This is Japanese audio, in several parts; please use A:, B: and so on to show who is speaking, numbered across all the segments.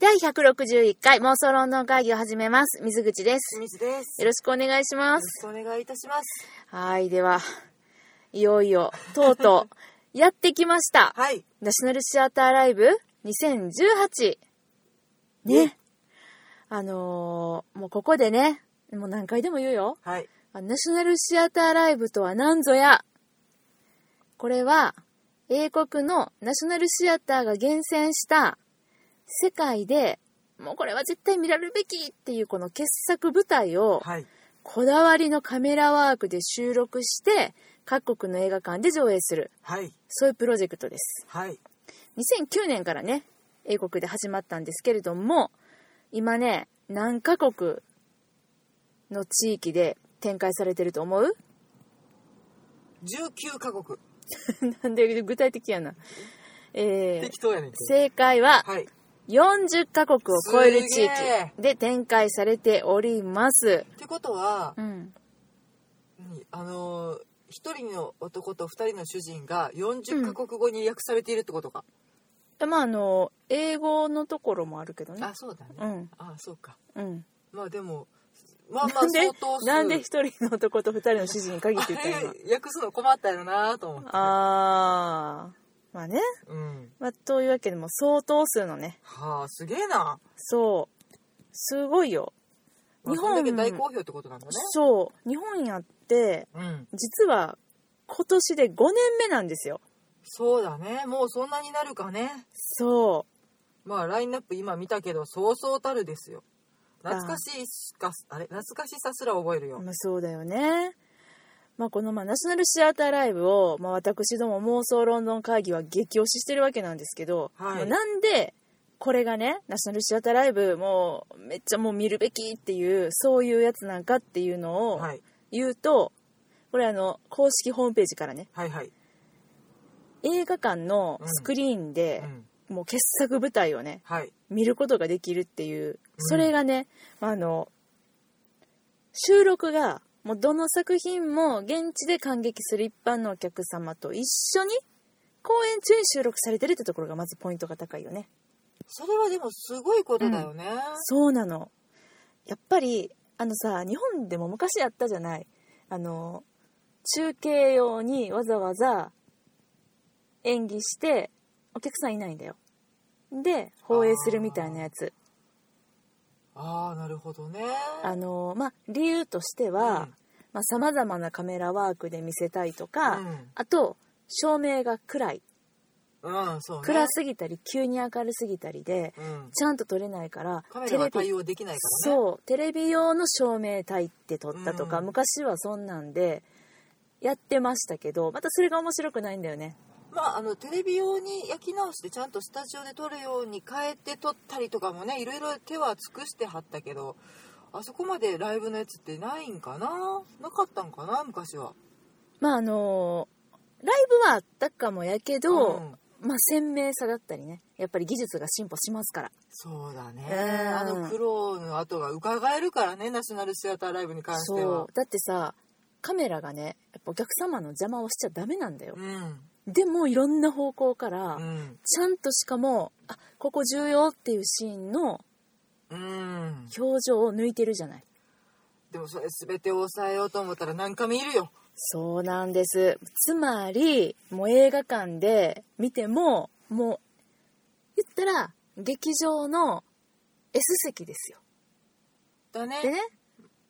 A: 第161回妄想論の会議を始めます。水口です。
B: 水です。
A: よろしくお願いしま
B: ろ
A: す。
B: しくお願いいたします。
A: はい、では、いよいよ、とうとう、やってきました。
B: はい。
A: ナショナルシアターライブ2018。ね。あのーもうここでね、もう何回でも言うよ。
B: はい。
A: あナショナルシアターライブとは何ぞやこれは英国のナショナルシアターが厳選した世界でもうこれは絶対見られるべきっていうこの傑作舞台を
B: はい。
A: こだわりのカメラワークで収録して各国の映画館で上映する
B: はい。
A: そういうプロジェクトです
B: はい。
A: 2009年からね英国で始まったんですけれども今ね何カ国の地域で展開されてると思う
B: 19カ国。
A: なんで具体的やな。えー
B: 適当やねんけど。
A: 正解は
B: はい。
A: 40カ国を超える
B: す
A: 地
B: げ
A: 域
B: え
A: で展開されております。
B: ってことは
A: う、ん。
B: 何あのー、一人の男と二人の主人が40カ国語に訳されているってことか。
A: まあ、あの、英語のところもあるけどね。
B: あ、そうだね。
A: うん、
B: あ、そうか。
A: うん。
B: まあでも、まあまあ
A: なんで
B: 相当、数
A: なんで一人の男と二人の主人に限っ
B: あ
A: て言った今。
B: れ、 訳すの困ったよなと思って。
A: あー。まあね。
B: うん。
A: まあ、というわけでもう相当数のね。
B: はあ、すげえな。
A: そう。すごいよ。
B: まあ
A: 日
B: そ
A: 本
B: れだけ大好評ってことなんだね。
A: そう。日本やって、
B: うん。
A: 実は今年で5年目なんですよ。
B: そうだね。もうそんなになるかね。
A: そ
B: まあラインナップ今見たけどそうそうたるですよ懐かしいしかあれ懐かしさすら覚える
A: う、
B: よ、
A: まあ、そうだよね、まあ、このまあナショナルシアターライブを、まあ、私ども妄想ロンドン会議は激推ししてるわけなんですけど、
B: はい
A: まあなんでこれがねナショナルシアターライブもうめっちゃもう見るべきっていうそういうやつなんかっていうのを
B: はい、
A: 言うと、これあの公式ホームページからね
B: はいはい
A: 映画館のスクリーンで
B: う、ん
A: もう傑作舞台をね
B: はい
A: 見ることができるっていう
B: うん
A: それがね、まああの収録がもうどの作品も現地で感激する一般のお客様と一緒に公演中に収録されてるってところがまずポイントが高いよね
B: それはでもすごいことだよね、
A: そうなのやっぱりあのさ日本でも昔あったじゃないあの中継用にわざわざ演技してお客さんいないんだよで放映するみたいなやつ
B: ああなるほどね
A: あのまあ、理由としてはさまざ、まなカメラワークで見せたいと
B: う
A: か、
B: ん
A: あと照明が暗い
B: うん、うん、そうね
A: 暗すぎたり急に明るすぎたりで
B: うん、
A: ちゃんと撮れないから
B: カメラは
A: テレ
B: 対
A: ビ
B: 応できないからね
A: そうテレビ用の照明焚いて撮ったとか、
B: うん
A: 昔はそんなんでやってましたけどまたそれが面白くないんだよね
B: まああのテレビ用に焼き直してちゃんとスタジオで撮るように変えて撮ったりとかもねいろいろ手は尽くしてはったけどあそこまでライブのやつってないんかななかったんかな昔は
A: まああのライブはあったかもやけど、
B: ん
A: まあ鮮明さだったりねやっぱり技術が進歩しますから
B: そうだね、
A: うん
B: あの苦労の後が伺えるからねナショナルシアターライブに関して
A: そ
B: は
A: うだってさカメラがねやっぱお客様の邪魔をしちゃダメなんだよ、
B: うん
A: でもいろんな方向か
B: う
A: ら、
B: ん
A: ちゃんとしかもあここ重要っていうシーンの
B: うん
A: 表情を抜いてるじゃない
B: でもそれ全て抑えようと思ったら何回もいるよ
A: そうなんですつまりもう映画館で見てももう言ったら劇場の S 席ですよ
B: だ
A: で
B: ね
A: ね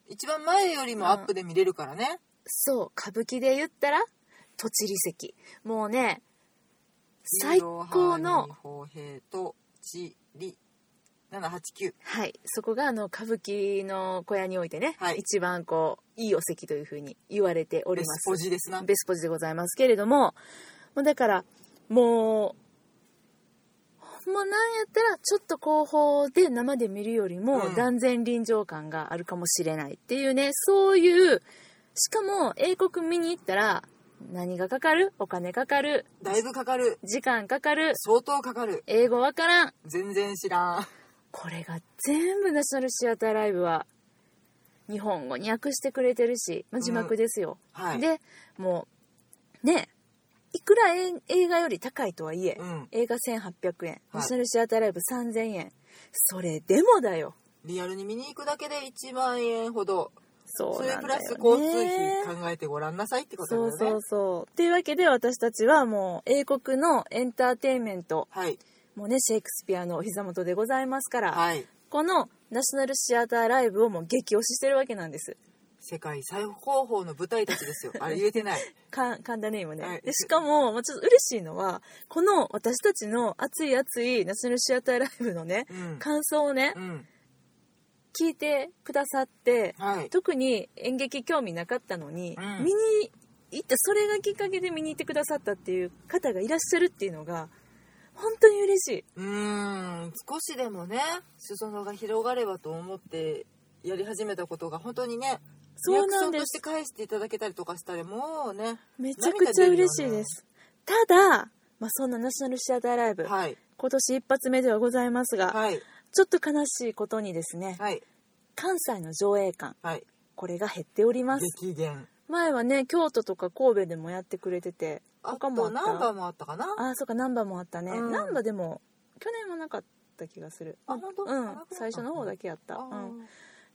B: 一番前よりもアップで見れるからね、
A: そう歌舞伎で言ったらとちり席もうね最高の
B: 法兵と地理789
A: はい、そこがあの歌舞伎の小屋においてね、
B: はい
A: 一番こういいお席というふうに言われており
B: ベ
A: ま
B: ス
A: す
B: ポジですな
A: ベスポジでございますけれどももうだからもうもうなんやったらちょっと後方で生で見るよりも
B: うん
A: 断然臨場感があるかもしれないっていうね、そういうしかも英国見に行ったら何がかかるお金かかる
B: だいぶかかる
A: 時間かかる
B: 相当かかる
A: 英語わからん
B: 全然知らん
A: これが全部ナショナルシアターライブは日本語に訳してくれてるし、まあ、字幕ですよ、
B: はい
A: でもうねいくらえ映画より高いとはいえ、
B: うん
A: 映画1800円、
B: はい
A: ナショナルシアターライブ3000円それでもだよ
B: リアルに見に行くだけで1万円ほど
A: そ
B: そうれ
A: なん
B: プ
A: だよ
B: ラ
A: ね
B: ス交通費考えてごらんなさいってことだ
A: そう
B: よね
A: そうそうっていうわけで私たちはもう英国のエンターテインメント
B: はい
A: もうねシェイクスピアのお膝元でございますから、
B: はい
A: このナショナルシアターライブをもう激推ししてるわけなんです
B: 世界最高峰の舞台たちですよ あれ言えてない
A: か神田ね今ね、
B: はい
A: でしかもまあちょっと嬉しいのはこの私たちの熱い熱いナショナルシアターライブのね
B: うん、
A: 感想をね、
B: うん、
A: 聞いてくださって、
B: はい
A: 特に演劇興味なかったのに、
B: うん
A: 見に行ってそれがきっかけで見に行ってくださったっていう方がいらっしゃるっていうのが本当に嬉しい。
B: うーん少しでもね裾野が広がればと思ってやり始めたことが本当にね
A: そうなん
B: リ
A: で
B: アクションとして
A: す。
B: 返していただけたりとかしたらもうね
A: めちゃくちゃ嬉しいですす。ただ、まあ、そんなナショナルシアターライブ、
B: はい
A: 今年一発目ではございますが、
B: はい
A: ちょっと悲しいことにですね、
B: はい
A: 関西の上映館、
B: はい
A: これが減っております。
B: 激減
A: 前はね、京都とか神戸でもやってくれてて、
B: あ
A: 他もあ
B: と
A: った
B: ナンバーもあったかな
A: あーそうかナンバーもあったね、
B: うん
A: ナンバーでも去年はなかった気がする
B: あ本当
A: う
B: あなんかった
A: 最初の方だけやった、
B: あ
A: う
B: ー
A: ん、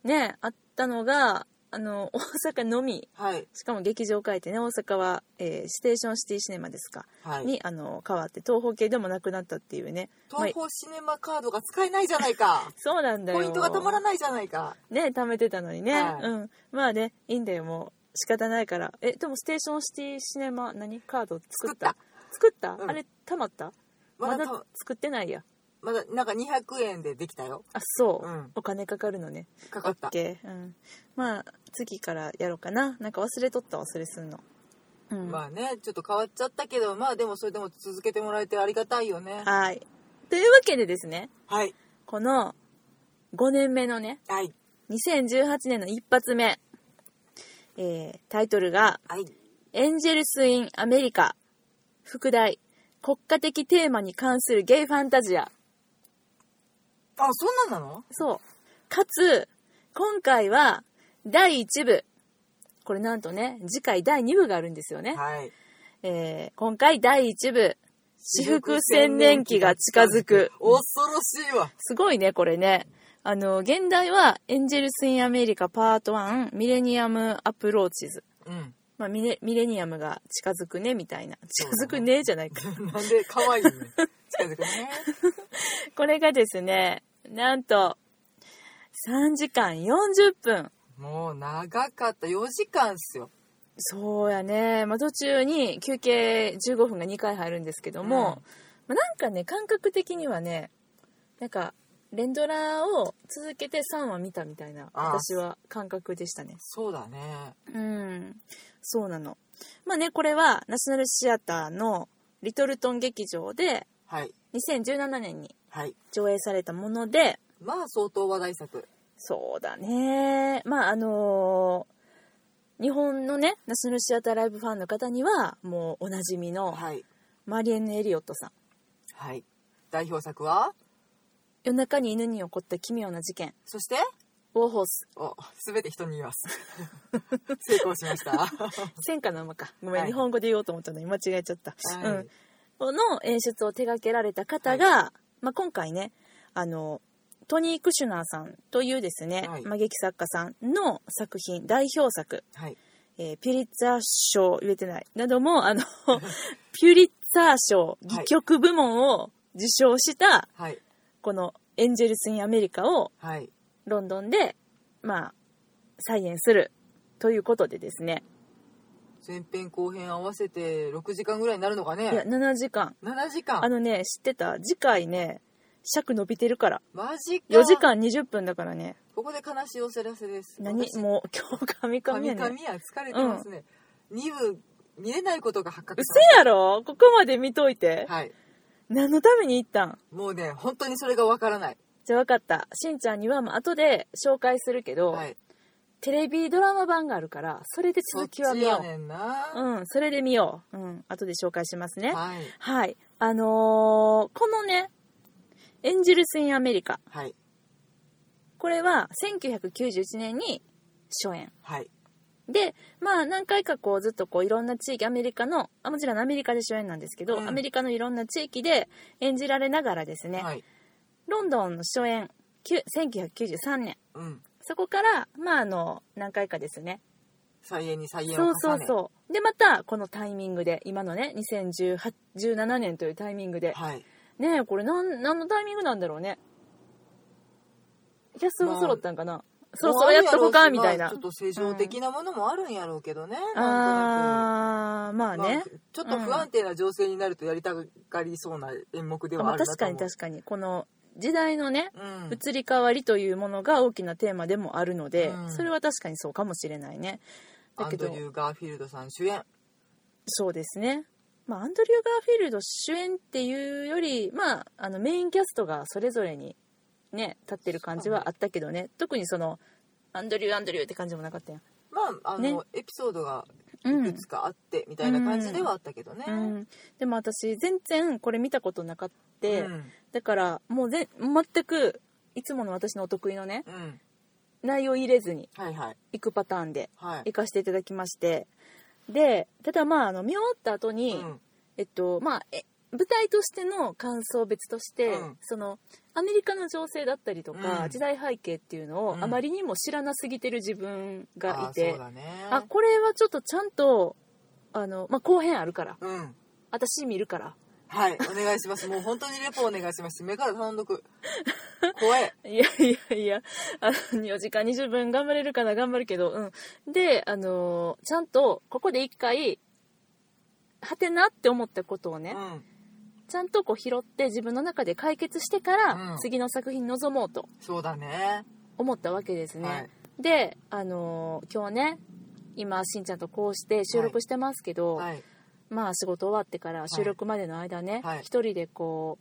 A: ねあったのがあの 大阪のみ
B: はい
A: しかも劇場を変えてね大阪は、えーステーションシティシネマですか、
B: はい
A: にあの変わって東宝系でもなくなったっていうねまあ
B: 東宝シネマカードが使えないじゃないか
A: そうなんだよ
B: ポイントがたまらないじゃないか
A: ね貯めてたのにね、
B: はい
A: うんまあねいいんだよもう仕方ないからえでもステーションシティシネマ何カード作った作った
B: うん
A: あれ貯まったま
B: まだ
A: だ
B: たま
A: 作ってないや
B: まだなんか200円でできたよ
A: あそう、
B: うん
A: お金かかるのね
B: かかっ
A: オ
B: た
A: ッケー、うん、まあ次からやろうかななんか忘れとった忘れすんの、うん
B: まあねちょっと変わっちゃったけどまあでもそれでも続けてもらえてありがたいよね
A: はいというわけでですね
B: はい
A: この5年目のね
B: はい
A: 2018年の一発目、えータイトルが
B: はい
A: 「エンジェルス・イン・アメリカ」副題「国家的テーマに関するゲイファンタジア
B: あそんなんなの」
A: そうかつ今回は第1部これなんとね次回第2部があるんですよね
B: はい
A: えー今回第1部、私服千年期が近づく。
B: 恐ろしいわ
A: すごいね、これね。あの、現代は、エンジェルス・イン・アメリカパート1、ミレニアム・アプローチズ。
B: うん
A: まあ、ミレミレニアムが近づくね、みたいな。近づくね、じゃないか。
B: なんで可愛いね近づくね
A: これがですね、なんと、3時間40分。
B: もう長かった4時間っすよ
A: そうやね。まあ、途中に休憩15分が2回入るんですけども、まあなんかね、感覚的にはね、なんか、連ドラを続けて3話見たみたいな、
B: ああ
A: 私は感覚でしたね。
B: そうだね
A: うん。そうなの。まあね、これは、ナショナルシアターのリトルトン劇場で、
B: はい
A: 2017年に
B: はい
A: 上映されたもので、
B: まあ相当話題作
A: そうだね。まああのー日本のね、ナショナルシアターライブファンの方には、もうおなじみの、
B: はい
A: マリエン・エリオットさん
B: はい代表作は
A: 夜中に犬に起こった奇妙な事件
B: そして
A: ウォーホース
B: お全て人に言います 成功しま したは
A: 戦火の馬かごめん、
B: はい
A: 日本語で言おうと思ったのに間違えちゃった、
B: い
A: うん、この演出を手掛けられた方が、まあ、今回ねあのトニー・クシュナーさんというですね、
B: はい
A: まあ、劇作家さんの作品代表作、
B: はい
A: えーピュリッツァー賞言えてないなどもあ のピュリッツァー賞戯曲部門を受賞した
B: はい
A: この「エンジェルス・イン・アメリカ」を
B: はい
A: ロンドンで、まあ、再演するということでですね、
B: 前編後編合わせて6時間ぐらいになるのか
A: いや
B: ね
A: 7時間
B: 7時
A: あ
B: 間
A: のね知ってた次回ね尺伸びてるから
B: マジか
A: 4時間20分だからね
B: ここで悲しいお知らせです
A: 何
B: 私
A: もう今日神々
B: 神
A: や
B: 々
A: ね
B: や疲れてますね、二部見れないことが発覚
A: う
B: し
A: せやろここまで見といて
B: たはい
A: 何のために行ったん
B: もうね本当にそれがわからない
A: じゃあ分かったしんちゃんにはもう後で紹介するけど、
B: はい
A: テレビドラマ版があるからそれで
B: そっ
A: 続
B: ち
A: きは見よ
B: やねんな
A: う、うんそれで見よううん後で紹介しますね
B: はい
A: はい。あのーこのね、エンジェルス・イン・アメリカ。
B: はい
A: これは1991年に初演。
B: はい
A: でまあ何回かこうずっとこういろんな地域アメリカのあもちろんアメリカで主演なんですけど、
B: うん
A: アメリカのいろんな地域で演じられながらですね、
B: はい
A: ロンドンの初演きゅ1993年
B: うん、
A: そこからまああの何回かですね
B: 再演に再演を
A: そ
B: 重
A: う
B: ね
A: そうそうでまたこのタイミングで今のね2017年というタイミングで
B: はい、
A: ねえこれなん何のタイミングなんだろうねキャストが揃ったんかな、そろそろやっとこかみたい
B: まあ
A: な
B: ちょっと正常的なものもあるんやろうけどね、なんとなく
A: あーまあ
B: まあ
A: ね、
B: ちょっと不安定な情勢になるとやりたがりそうな演目で
A: まあ、
B: はある
A: 確かに確かにこの時代のね
B: かに、うん、
A: 移り変わりというものが大きなテーマでもあるので、
B: うん
A: それは確かにそうかもしれないねだ
B: アン
A: け
B: ド
A: ど
B: リュー・ガーフィールドさん主演
A: そうですねまあアンドリュー・ガーフィールド主演っていうよりまああのメインキャストがそれぞれにね立ってる感じはあったけどね特にそのアンドリューアンドリューって感じもなかったやん
B: まああの、
A: ね
B: エピソードが
A: う
B: い
A: ん
B: くつかあってみたいな感じではあったけどね、
A: うん、でも私全然これ見たことなかった、
B: うん
A: だからもうぜ全くいつもの私のお得意のね
B: うん
A: 内容入れずに
B: はいはい
A: 行くパターンで
B: は
A: 行
B: い
A: かせていただきましてでただまああの見終わった後に、
B: うん
A: えっとまあえ舞台としての感想別として、
B: うん
A: そのアメリカの情勢だったりとか、
B: うん
A: 時代背景っていうのを
B: うん
A: あまりにも知らなすぎてる自分がい
B: あ
A: て、
B: そうだね
A: あこれはちょっとちゃんとあの、まあ、後編あるから
B: うん
A: 私見るから
B: はいお願いしますもう本当にレポお願いします目から単独 怖い
A: いやいやいや、あの、4時間20分頑張れるかな、頑張るけど、うん。で、あのーちゃんと、ここで一回、はてなって思ったことを
B: う
A: ね、
B: ん
A: ちゃんとこう拾って自分の中で解決してから、
B: うん
A: 次の作品に臨もうと
B: そうだね
A: 思ったわけですね。
B: はい
A: で、あのー今日ね、今、しんちゃんとこうして収録してますけど、
B: はい
A: まあ仕事終わってから収録までの間ね、
B: はい
A: 一人でこ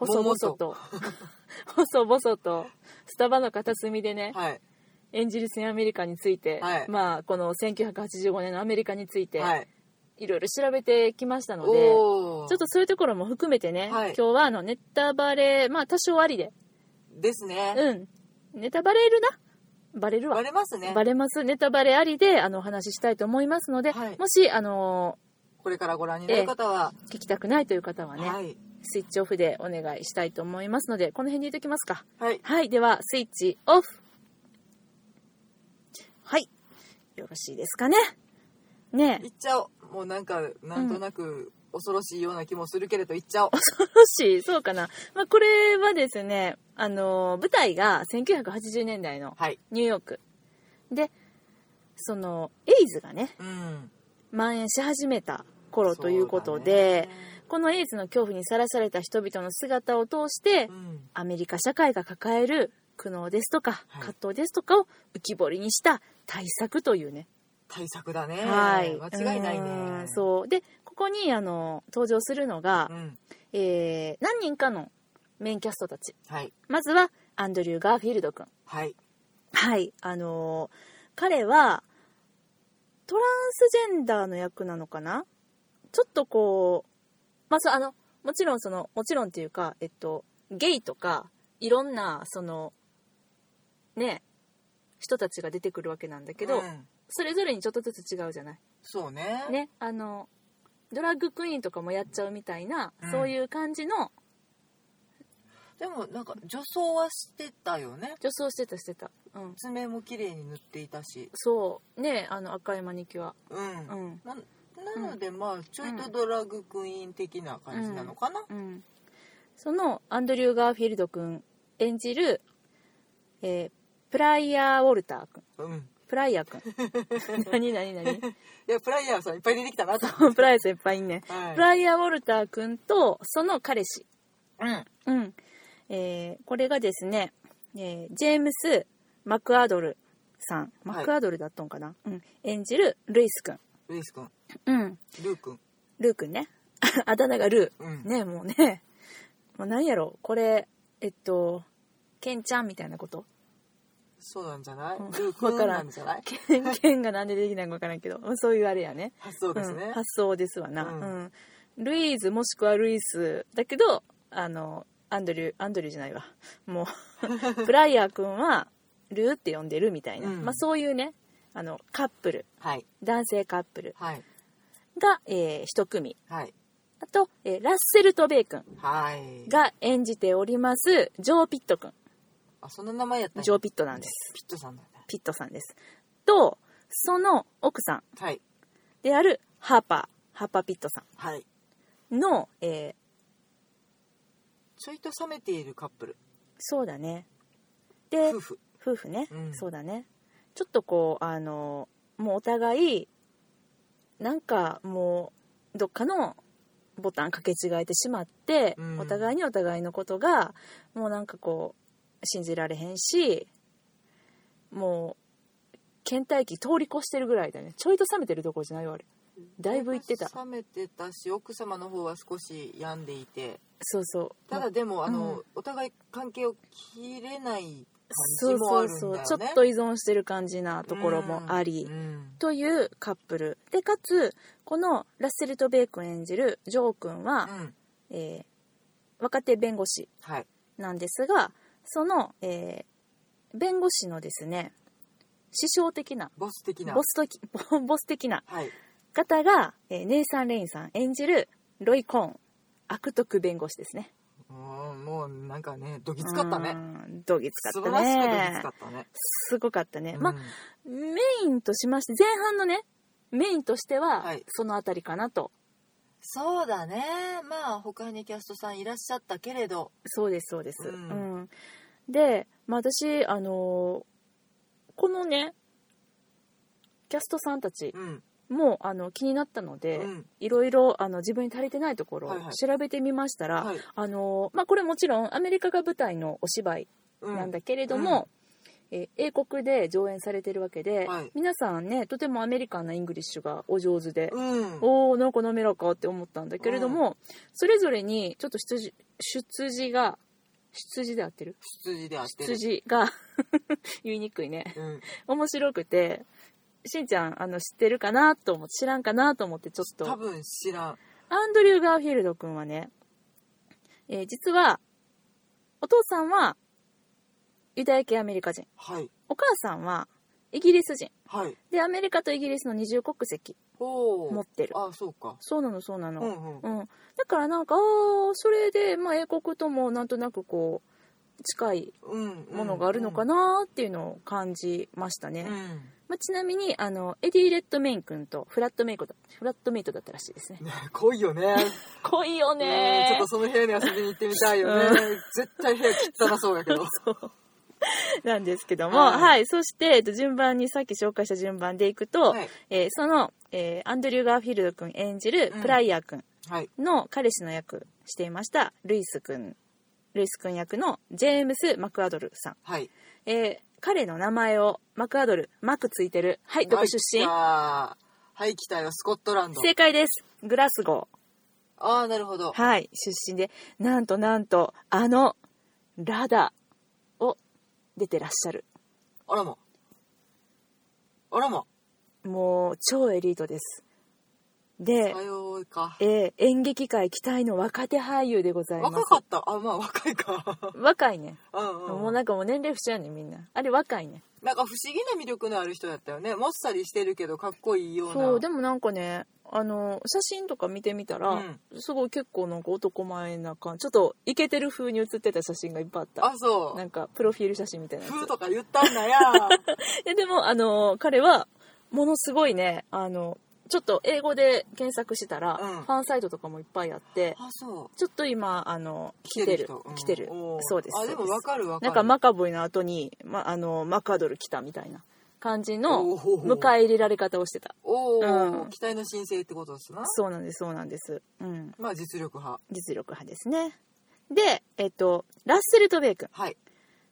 A: う、
B: もんも
A: 細
B: ん
A: 々
B: と
A: と、 細々と、スタバの片隅でね、
B: はい
A: エンジェルス・イン・アメリカについて、
B: はい
A: まあこの1985年のアメリカについて、、
B: はいい
A: ろいろ調べてきましたので
B: おお
A: ちょっとそういうところも含めてね、
B: はい
A: 今日はあのネタバレまあ多少ありで
B: ですね、
A: うんネタバレるなバレるわ
B: バレますね
A: バレますネタバレありであのお話ししたいと思いますので、
B: はい
A: もしあの
B: これからご覧になる方は、
A: ー聞きたくないという方はね、
B: はい
A: スイッチオフでお願いしたいと思いますのでこの辺にいときますか
B: はい
A: はい、ではスイッチオフ。はい、よろしいですかね。ねえ、
B: 行っちゃおうもうなんかなんとなく恐ろしいような気もするけれど行っちゃおう、
A: もしそうかな。まあ、これはですね、あの舞台が1980年代の
B: はい
A: ニューヨークで、そのエイズがね
B: うん
A: 蔓延し始めた頃ということ
B: そう
A: で、
B: だね
A: このエイズの恐怖にさらされた人々の姿を通して、
B: うん
A: アメリカ社会が抱える苦悩ですとか
B: はい
A: 葛藤ですとかを浮き彫りにした対策というね、
B: 対策だね、
A: はい、
B: 間違いないうね
A: んそうでここにあの登場するのが
B: う、ん
A: えー何人かのメインキャストたち
B: はい
A: まずはアンドリュー・ガーフィールド君
B: はい
A: はいあのー彼はトランスジェンダーの役なのかなちょっとこうまあそうあのもちろんそのもちろんっていうかえっとゲイとかいろんなそのね人たちが出てくるわけなんだけど、
B: うん
A: それぞれにちょっとずつ違うじゃない
B: そうね
A: ね、あのドラッグクイーンとかもやっちゃうみたいな、
B: うん
A: そういう感じの
B: でもなんか女装はしてたよね
A: 女装してたしてた、うん、
B: 爪も綺麗に塗っていたし
A: そうねあの赤いマニキュア、
B: うん、
A: うん
B: ななのでまあちょいとドラッグクイーン的な感じなのかな、
A: うん、そのアンドリュー・ガーフィールド君演じる、えープライヤー・ウォルター君
B: うん
A: プライヤー君 何何何
B: いやプライヤーさんいっぱい出てきたなと、
A: プライヤーさんいっぱいいんね
B: はい、
A: プライヤー・ウォルター君とその彼氏、
B: うん
A: うんえーこれがですね、えージェームス・マクアドルさん
B: はい
A: マクアドルだったんかな、うん、演じるルイス君、
B: ルイス君
A: うん、
B: ルー君
A: ルー君ね あだ名がル
B: うん
A: ーねもうねもう何やろこれえっとケンちゃんみたいなこと
B: そうなんじゃない、
A: うん
B: ルー君
A: わからん
B: なんじゃない
A: ケンケンがなんでできないのか分からんけどそういうあれやね
B: 発想です
A: うん
B: ね、
A: 発想ですわな、
B: う
A: うんんルイーズもしくはルイスだけどあのアンドリューアンドリューじゃないわ もうブライアー君はルーって呼んでるみたいな、
B: うん
A: まあ、そういうねあのカップル
B: はい
A: 男性カップル
B: はい
A: が、えー一組
B: はい
A: あと、えーラッセル・トベイ君
B: はい
A: が演じておりますジョー・ピット君
B: あその名前やったんや
A: ジョー・ピットなんです
B: ピットさんなんだね
A: ピットさんですとその奥さん
B: はい
A: であるハーパーハーパー・ピットさ
B: はい
A: んの、えー
B: ちょいと冷めているカップル
A: そうだねで
B: 夫婦
A: 夫婦ね、
B: うん
A: そうだねちょっとこうあのもうお互いなんかもうどっかのボタンかけ違えてしまって、
B: うん
A: お互いにお互いのことがもうなんかこう信じられへんしもう倦怠期通り越してるぐらいだねちょいと冷めてるところじゃないよあれだいぶ行ってた
B: 冷めてたし奥様の方は少し病んでいて
A: そうそう
B: た
A: まあ
B: だでも、あの、
A: うん
B: お互い関係を切れない
A: そ
B: 感じ
A: う
B: もあ
A: そ
B: る
A: うん
B: だよね
A: そうちょっと依存してる感じなところもあり、
B: うん
A: というカップルでかつこのラッセル・トベイ君演じるジョー君
B: う
A: は、
B: ん
A: えー若手弁護士
B: はい
A: なんですがその、えー弁護士のですね師匠的な
B: ボス的な
A: ボスときボス的 な
B: はい
A: 方が、えーネイサン・レインさん演じるロイ・コーン悪徳弁護士ですね。
B: うんもうなんかねどぎつかったね
A: うん。どぎつか
B: 素
A: った
B: 晴らしくどぎつ
A: ね
B: か。ったね
A: すごかったね。
B: うん
A: まあメインとしまして前半のねメインとしては、
B: はい
A: そのあたりかなと
B: そうだねまあ他にキャストさんいらっしゃったけれど
A: そうですそうです。う
B: うんん
A: で、まあ、私あのーこのねキャストさんたち
B: うん
A: もあの気になったの
B: う
A: で、
B: ん
A: いろいろあの自分に足りてないところを
B: はいはい
A: 調べてみましたら、
B: はい
A: あのーまあ、これもちろんアメリカが舞台のお芝居
B: う
A: なんだけれども、えー英国で上演されてるわけで、
B: はい
A: 皆さんねとてもアメリカンなイングリッシュがお上手で、
B: うん
A: おーなんか滑らかって思ったんだけれども、それぞれにちょっと羊羊が羊で合ってる
B: 羊であってる
A: 羊が 言いにくいね
B: うん
A: 面白くてしんちゃんあの知ってるかなと思って知らんかなと思ってちょっ
B: 多
A: と
B: 分知らん
A: アンドリュー・ガーフィールド君はね、えー実はお父さんはユダヤ系アメリカ人
B: はい
A: お母さんはイギリス人
B: はい
A: でアメリカとイギリスの二重国籍
B: おー
A: 持ってる
B: あそうか
A: そうなのそうな
B: う
A: の、
B: んうん
A: うん、だからなんかあーそれで、まあ、英国ともなんとなくこう近い
B: うん
A: ものがあるのかなっていうのを感じましたね、
B: うん
A: まあ、ちなみにあのエディ・レッドメイン君とフラットメイクだフラットメイトだったらしいですね
B: ね濃いよね
A: 濃いよ
B: うんちょっ
A: ね
B: とその部屋に遊びに行ってみたいよね、絶対部屋汚そうだけど
A: なんですけども、は
B: はいい
A: そして、えっと、順番にさっき紹介した順番でいくと、
B: はい
A: えーその、えーアンドリュー・ガーフィールド君演じる
B: うん
A: プライヤー君
B: はい
A: の彼氏の役していました、ルイス君ルイス君役のジェームス・マクアドルさん
B: はい
A: えー彼の名前をマクアドルマクついてるはいどこ出身
B: あはい来たよスコットランド
A: 正解ですグラスゴ
B: ああなるほど
A: ーはい出身でなんとなんとあのラダを出てらっしゃる
B: あらまあらま
A: もう超エリートですで
B: さ、ようか
A: えー演劇界期待の若手俳優でございます
B: 若かったあまあ若いか
A: 若いね、
B: うんうん
A: もうなんかもう年齢不詳やねみんなあれ若いね
B: なんか不思議な魅力のある人だったよねもっさりしてるけどかっこいいような
A: そうでもなんかねあの写真とか見てみたら、
B: うん
A: すごい結構なんか男前な感じちょっとイケてる風に写ってた写真がいっぱいあった
B: あそ
A: なんかプロフィール写真みたいうなや
B: 風とか言ったん だや
A: つででもあの彼はものすごいねあのちょっと英語で検索したら、
B: うん
A: ファンサイトとかもいっぱいあって
B: あそう
A: ちょっと今あの来てる
B: 人うん
A: 来てる
B: おー
A: そうです
B: あ
A: そ
B: で
A: うで
B: も
A: す
B: わかるわか
A: な
B: る
A: んかマカボイの後にまあのマカドル来たみたいな感じの
B: おー
A: 迎え入れられ方をしてた
B: おお、
A: うん
B: 期待の申請ってことですな
A: そうなんですそうなんですうん
B: まあ実力派
A: 実力派ですねでえっとラッセル・トベイ君
B: はい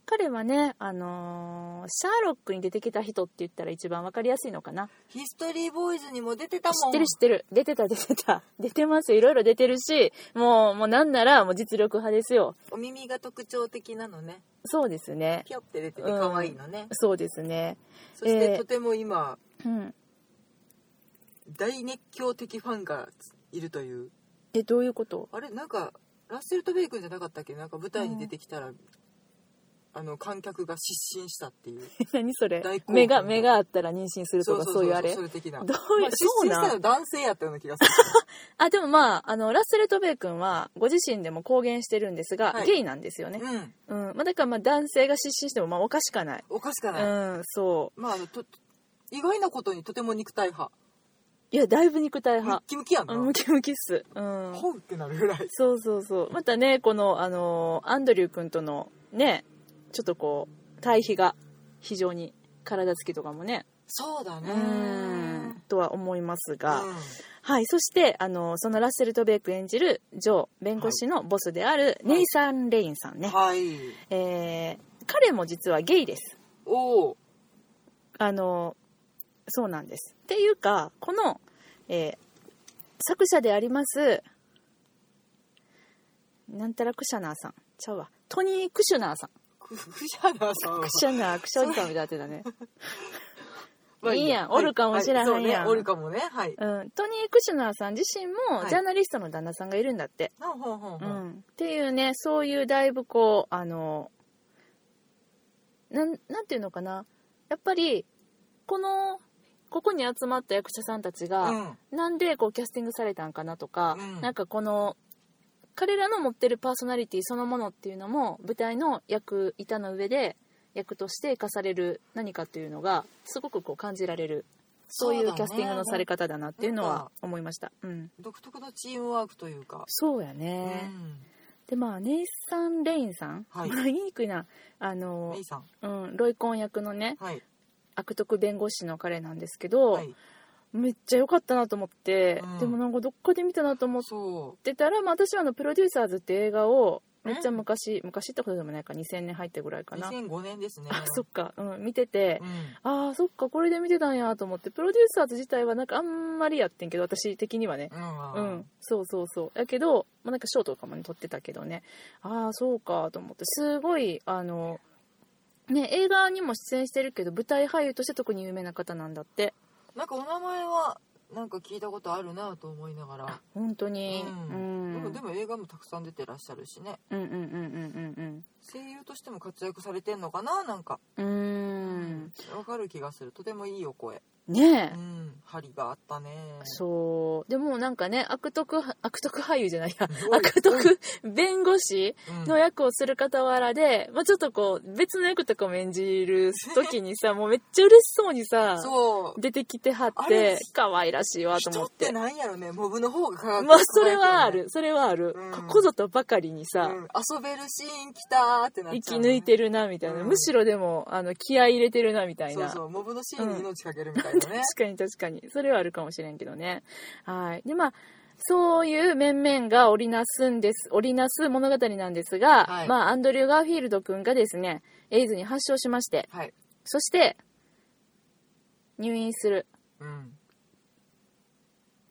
A: 彼はねあのーシャーロックに出てきた人って言ったら一番わかりやすいのかな
B: ヒストリーボーイズにも出てた
A: 知
B: もん
A: ってる知ってる出てた出てた 出てますよいろいろ出てるしもうもうなんならもう実力派ですよ
B: お耳が特徴的なのね
A: そうですね
B: ピョって出てて可愛いのね、
A: そうですね
B: そして、
A: えー
B: とても今
A: うん
B: 大熱狂的ファンがいるという
A: えどういうこと
B: あれなんかラッセルトベイ君じゃなかったっけなんか舞台に出てきたら、あの観客が失神したっていう
A: 何それ
B: 大興奮
A: 目が目があったら妊娠するとかそういうあれ
B: それ的な
A: どういう
B: まあ失神し
A: そう
B: た
A: な
B: の男性やったような気がする
A: あでもまああのラッセル・トベイ君はご自身でも公言してるんですが、
B: はい
A: ゲイなんですよね、
B: うん
A: うんまあ、だからまあ男性が失神してもまあおかしくはない、
B: おかしかない、
A: うんそ
B: まああのと意外なことにとても肉体派
A: ういやだいぶ肉体
B: ムッ
A: 派
B: キムキやんな
A: ムキムキっすうん
B: ポンってなるぐらい
A: そうそうそうまたねこのあのアンドリュー君とのねちょっとこう対比が非常に体つきとかもね
B: そうだね
A: うんとは思いますが、
B: うん
A: はいそしてあのそのラッセル・トベイク演じるジョー弁護士のボスであるネイサン・レインさんね、
B: はい
A: えー彼も実はゲイです
B: おお
A: あのそうなんですっていうかこの、えー作者でありますなんたらクシャナーさんちゃうわトニー・クシュナーさん
B: ククシャナさんは
A: クシャナークシャナーみたいになってたね、
B: まあ
A: いいやん
B: は
A: おるかもしらへんやん
B: はいそうねおるかもねは い
A: うん、トニー・クシュナーさん自身
B: は
A: も
B: い
A: ジャーナリストの旦那さんがいるんだって、
B: ほんほんほんほ
A: うんん、っていうねそういうだいぶこうあのなんなんていうのかなやっぱりこのここに集まった役者さんたちが、
B: うん
A: なんでこうキャスティングされたんかなとか、
B: うん
A: なんかこの彼らの持ってるパーソナリティそのものっていうのも舞台の役板の上で役として生かされる何かっていうのがすごくこう感じられるそういうキャスティングのされ
B: 方
A: 方だなっていうの
B: なん
A: は
B: か
A: 思いました。うん、
B: 独特のチームワークというか、
A: そうや
B: う
A: ね。
B: ん
A: でまあネイサン・レインさん、
B: はい
A: まあ言いにくいなあの
B: メイ、さん
A: うん、ロイコン役のね
B: はい
A: 悪徳弁護士の彼なんですけど、
B: はい
A: めっちゃ良かったなと思って、
B: うん
A: でもなんかどっかで見たなと思っ
B: そ
A: てたら、まあ、私はあのプロデューサーズって映画をめっちゃ昔、昔ってことでもないか2000年入ってぐらいか
B: う
A: な、
B: 2005年ですね
A: あそっか、うん、見てて、
B: うん
A: ああそっかこれで見てたんやと思ってプロデューサーズ自体はなんかあんまりやってんけど私的にはね
B: うん
A: うん、そうそうそうやけど、まあ、なんかショートとかもね撮ってたけどねああそうかと思ってすごいあのね映画にも出演してるけど舞台俳優として特に有名な方なんだって
B: なんかお名前はなんか聞いたことあるなと思いながら、
A: 本当
B: う
A: にうんん
B: で
A: うん
B: もでも映画もたくさん出てらっしゃるしね
A: うんうんうん
B: 声優としても活躍されてんのかななんか
A: うんうんう
B: わ、
A: ーん
B: かる気がするとてもいいお声
A: ね
B: う
A: え
B: ん針があったね
A: そうでもなんかね悪徳 悪徳俳優じゃないや
B: おい
A: 悪徳弁護士
B: うん
A: の役をする傍らで、まあ、ちょっとこう別の役とかも演じる時にさもうめっちゃ嬉しそうにさ
B: そう
A: 出てきてはっ
B: あ
A: て
B: れ
A: 可愛らしいわと
B: 人
A: 思
B: っ
A: ってて
B: なんやろねモブの方が輝く
A: まあそれはあるそれはある、
B: うん
A: ここぞとばかりにさ、
B: うん遊べるシーン来たーってなっちゃ
A: 息
B: う、ね、
A: 抜いてるなみたいな、
B: うん
A: むしろでもあの気合い入れてるなみたい
B: そう
A: な
B: そうモブのシーンに命かけるみた いなね、
A: 確かに確かにそれはあるかもしれんけどねはいでまあそういう面々が織りなすんです織りなす物語なんですが、
B: はい
A: まあアンドリュー・ガーフィールド君がですねエイズに発症しまして
B: はい、
A: そして入院する
B: うん、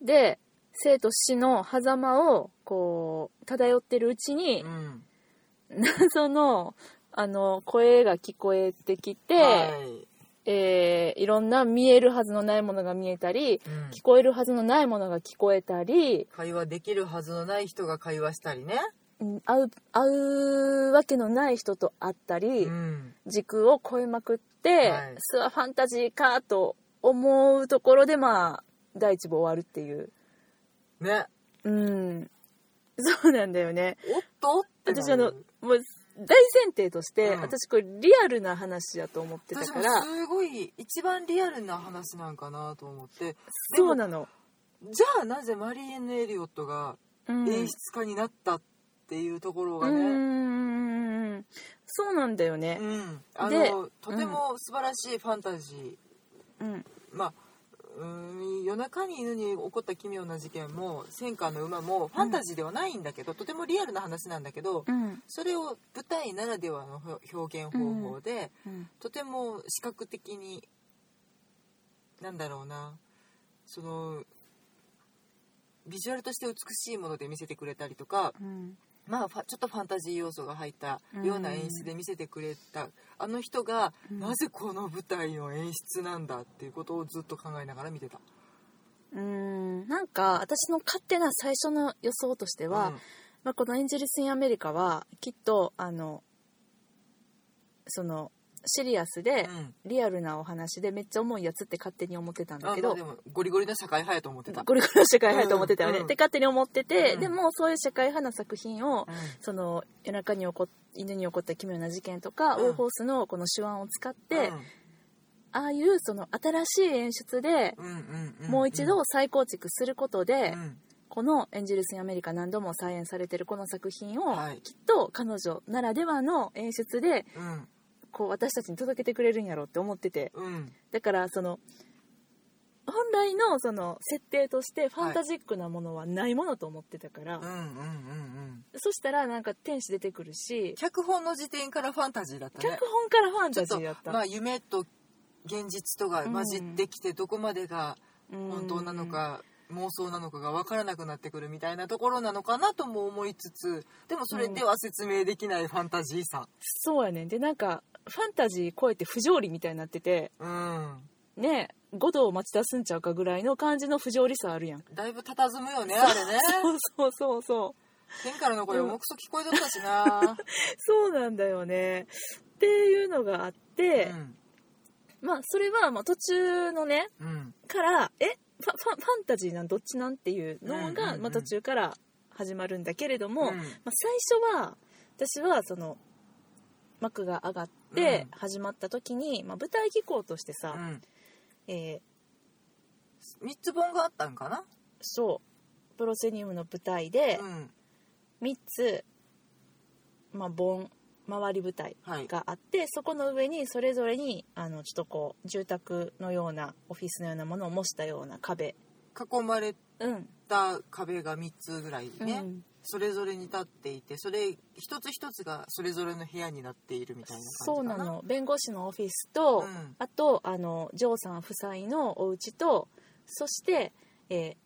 A: で生と死の狭間をこう漂ってるうちに
B: う、ん、
A: 謎のあの声が聞こえてきて、
B: はい
A: えーいろんな見えるはずのないものが見えたり
B: うん
A: 聞こえるはずのないものが聞こえたり
B: 会話できるはずのない人が会話したりね、
A: うん会う会うわけのない人と会ったり、
B: うん、
A: 時空を超えまくって、
B: はい
A: スワファンタジーかと思うところでまあ第一部終わるっていう
B: ね
A: うんそうなんだよね
B: おっとってなる
A: 私あのもう大前提として、
B: うん
A: 私これリアルな話やと思ってた
B: 私
A: か
B: も
A: ら
B: すごい一番リアルな話なんかなと思って
A: そうなの、
B: じゃあなぜマリーエンヌ・エリオットが
A: うん、
B: 演出家になったっていうところ
A: う
B: がね、
A: んそうなんだよね
B: うん、あ
A: で
B: のとても素晴らしいファンタジ
A: う
B: ー、
A: ん
B: まあうーん夜中に犬に起こった奇妙な事件も戦火の馬もファンタジーではないんだけど、とてもリアルな話なんだけど、
A: うん
B: それを舞台ならではの表表現方法で、
A: うん
B: とても視覚的になんだろうなそのビジュアルとして美しいもので見せてくれたりとか、
A: うん
B: まあ、ファちょっとファンタジー要素が入ったような演出で見せてくれた、あの人が
A: うん
B: なぜこの舞台の演出なんだっていうことをずっと考えながら見てた。
A: うんなんか私の勝手な最初の予想としては、
B: うん
A: まあ、この「エンジェルス・イン・アメリカ」はきっとあのそのシリアスで
B: うん
A: リアルなお話でめっちゃ重いやつって勝手に思ってたんだ
B: あ
A: け
B: まあ
A: ど
B: でもゴリゴリの社会派やと思ってた、
A: ゴリゴリの社会派と思ってたよね、
B: うん
A: って勝手に思ってて、
B: うん
A: でもそういう社会派な作品を
B: うん
A: その夜中に起こ犬に起こった奇妙な事件とか、
B: うん
A: オーホースのこの手腕を使って、
B: うん
A: ああいうその新しい演出で
B: うんうんうん
A: もう一度再構築することで、
B: うん
A: この「エンジェルス・イン・アメリカ」何度も再演されてるこの作品を、
B: はい
A: きっと彼女ならではの演出で
B: うん
A: こう私たちに届けてくれるんやろうって思ってて
B: うん
A: だからその本来のその設定としてファンタジックなものはないものと思ってたから、
B: うんうんうんうん
A: そしたらなんか天使出てくるし
B: 脚本の時点からファンタジーだった
A: 脚
B: ね
A: 本からファンタジー
B: ちょ
A: だっ
B: っと
A: た、
B: まあ夢と現実とが混じってきてどこまでが
A: うん
B: 本当なのか妄想なのかが分からなくなってくるみたいなところなのかなとも思いつつでもそれでは説明できないファンタジーさ
A: そうやねんでなんかファンタジー超えて不条理みたいになってて
B: うん
A: ね五度を待ち出すんちゃうかぐらいの感じの不条理さある やん
B: だいぶ佇むよねあれね
A: そうそうそうそう
B: 天からの声もくそ聞こえとった しな
A: そうなんだよねっていうのがあって、まあそれはまあ途中のね
B: うんうん
A: からえファファファンタジーなんどっちなんっていうのが、
B: うんうんうん
A: まあ、途中から始まるんだけれども、
B: うん
A: まあ、最初は私はその幕が上がって
B: う
A: 始まった時に、まあ、舞台技巧としてさ、
B: うん
A: えー
B: 三つ本があったんかな
A: そうプロセニウムの舞台で
B: うん
A: 3つ、まあ、盆回り舞台
B: はい
A: があってそこの上にそれぞれにあのちょっとこう住宅のようなオフィスのようなものを模したような壁、
B: 囲まれ
A: うん
B: た壁が3つぐらいね、
A: うん
B: それぞれに立っていてそれ一つ一つがそれぞれの部屋になっているみたいな
A: そう
B: 感じ
A: な
B: かな
A: の弁護士のオフィスと、
B: うん
A: あとあのジョーさん夫妻のお家とそして、え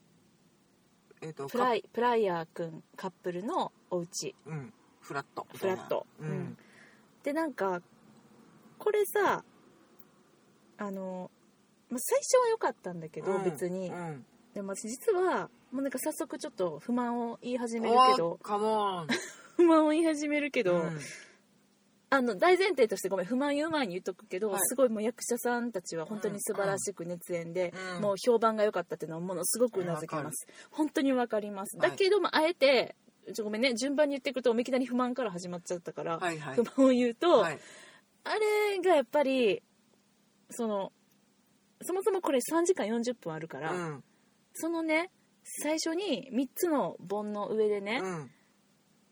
B: えっ、と
A: ープラ
B: イ
A: イプライヤー君カップルのお家
B: うんフラットみ
A: フ
B: たい
A: ラ
B: な
A: ット、
B: うん、
A: うんでなんかこれさあの、まあ、最初は良かったんだけど、
B: うん
A: 別に、
B: うん、
A: でも私実はもうなんか早速ちょっと不満を言い始めるけ
B: お
A: ど
B: ーカモン
A: 不満を言い始めるけど、
B: うん
A: あの大前提としてごめん不満言う前に言っとくけど、
B: はい
A: すごいもう役者さんたちは本当に素晴らしく熱演で、
B: うん
A: もう評判が良かったっていうのはものすごくうなずけます、本当にわかります、だけどもあえてちょごめんね順番に言っていくといきなり不満から始まっちゃったから、
B: はいはい
A: 不満を言うと、
B: はい
A: あれがやっぱりそのそもそもこれ3時間40分あるから、
B: うん
A: そのね最初に3つの盆の上でね、
B: うん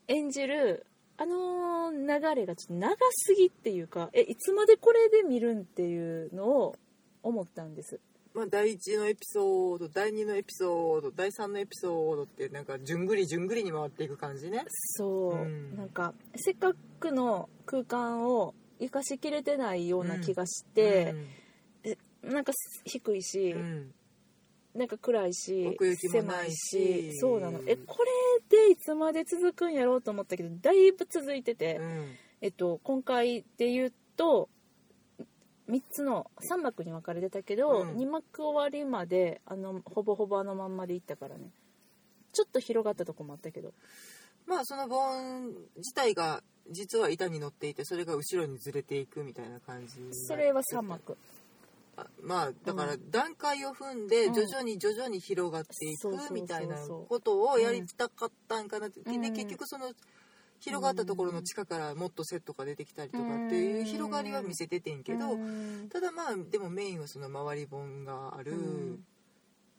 A: 演じるあのー流れがちょっと長すぎっていうかえいつまでこれで見るんっていうのを思ったんです
B: まあ、第1のエピソード第2のエピソード第3のエピソードってなんかじゅんぐりじゅんぐりに回っていく感じね
A: そう、
B: うん
A: なんかせっかくの空間を生かしきれてないような気がして、なんか低いし、
B: うんうん
A: なんか暗いし
B: 奥行きもないし
A: 狭いしそうなのえこれでいつまで続くんやろうと思ったけどだいぶ続いてて、
B: うん
A: えっと、今回で言うと3つの3幕に分かれてたけど、
B: うん
A: 2幕終わりまであのほぼほぼあのまんまでいったからねちょっと広がったとこもあったけど
B: まあその盆自体が実は板に乗っていてそれが後ろにずれていくみたいな感じ
A: それは3幕
B: あまあだか
A: う
B: ら段階を踏んで
A: うん
B: 徐々に徐々に広がってい
A: そうそうそうそ
B: く
A: う
B: みたいなことをやりたかったんかなって、
A: うん
B: で結局その広がったところの地下からもっとセットが出てきたりとかっ
A: う
B: てい
A: ん
B: う広がりは見せててんけど、
A: うん
B: ただまあでもメインはその周り本がある、
A: うん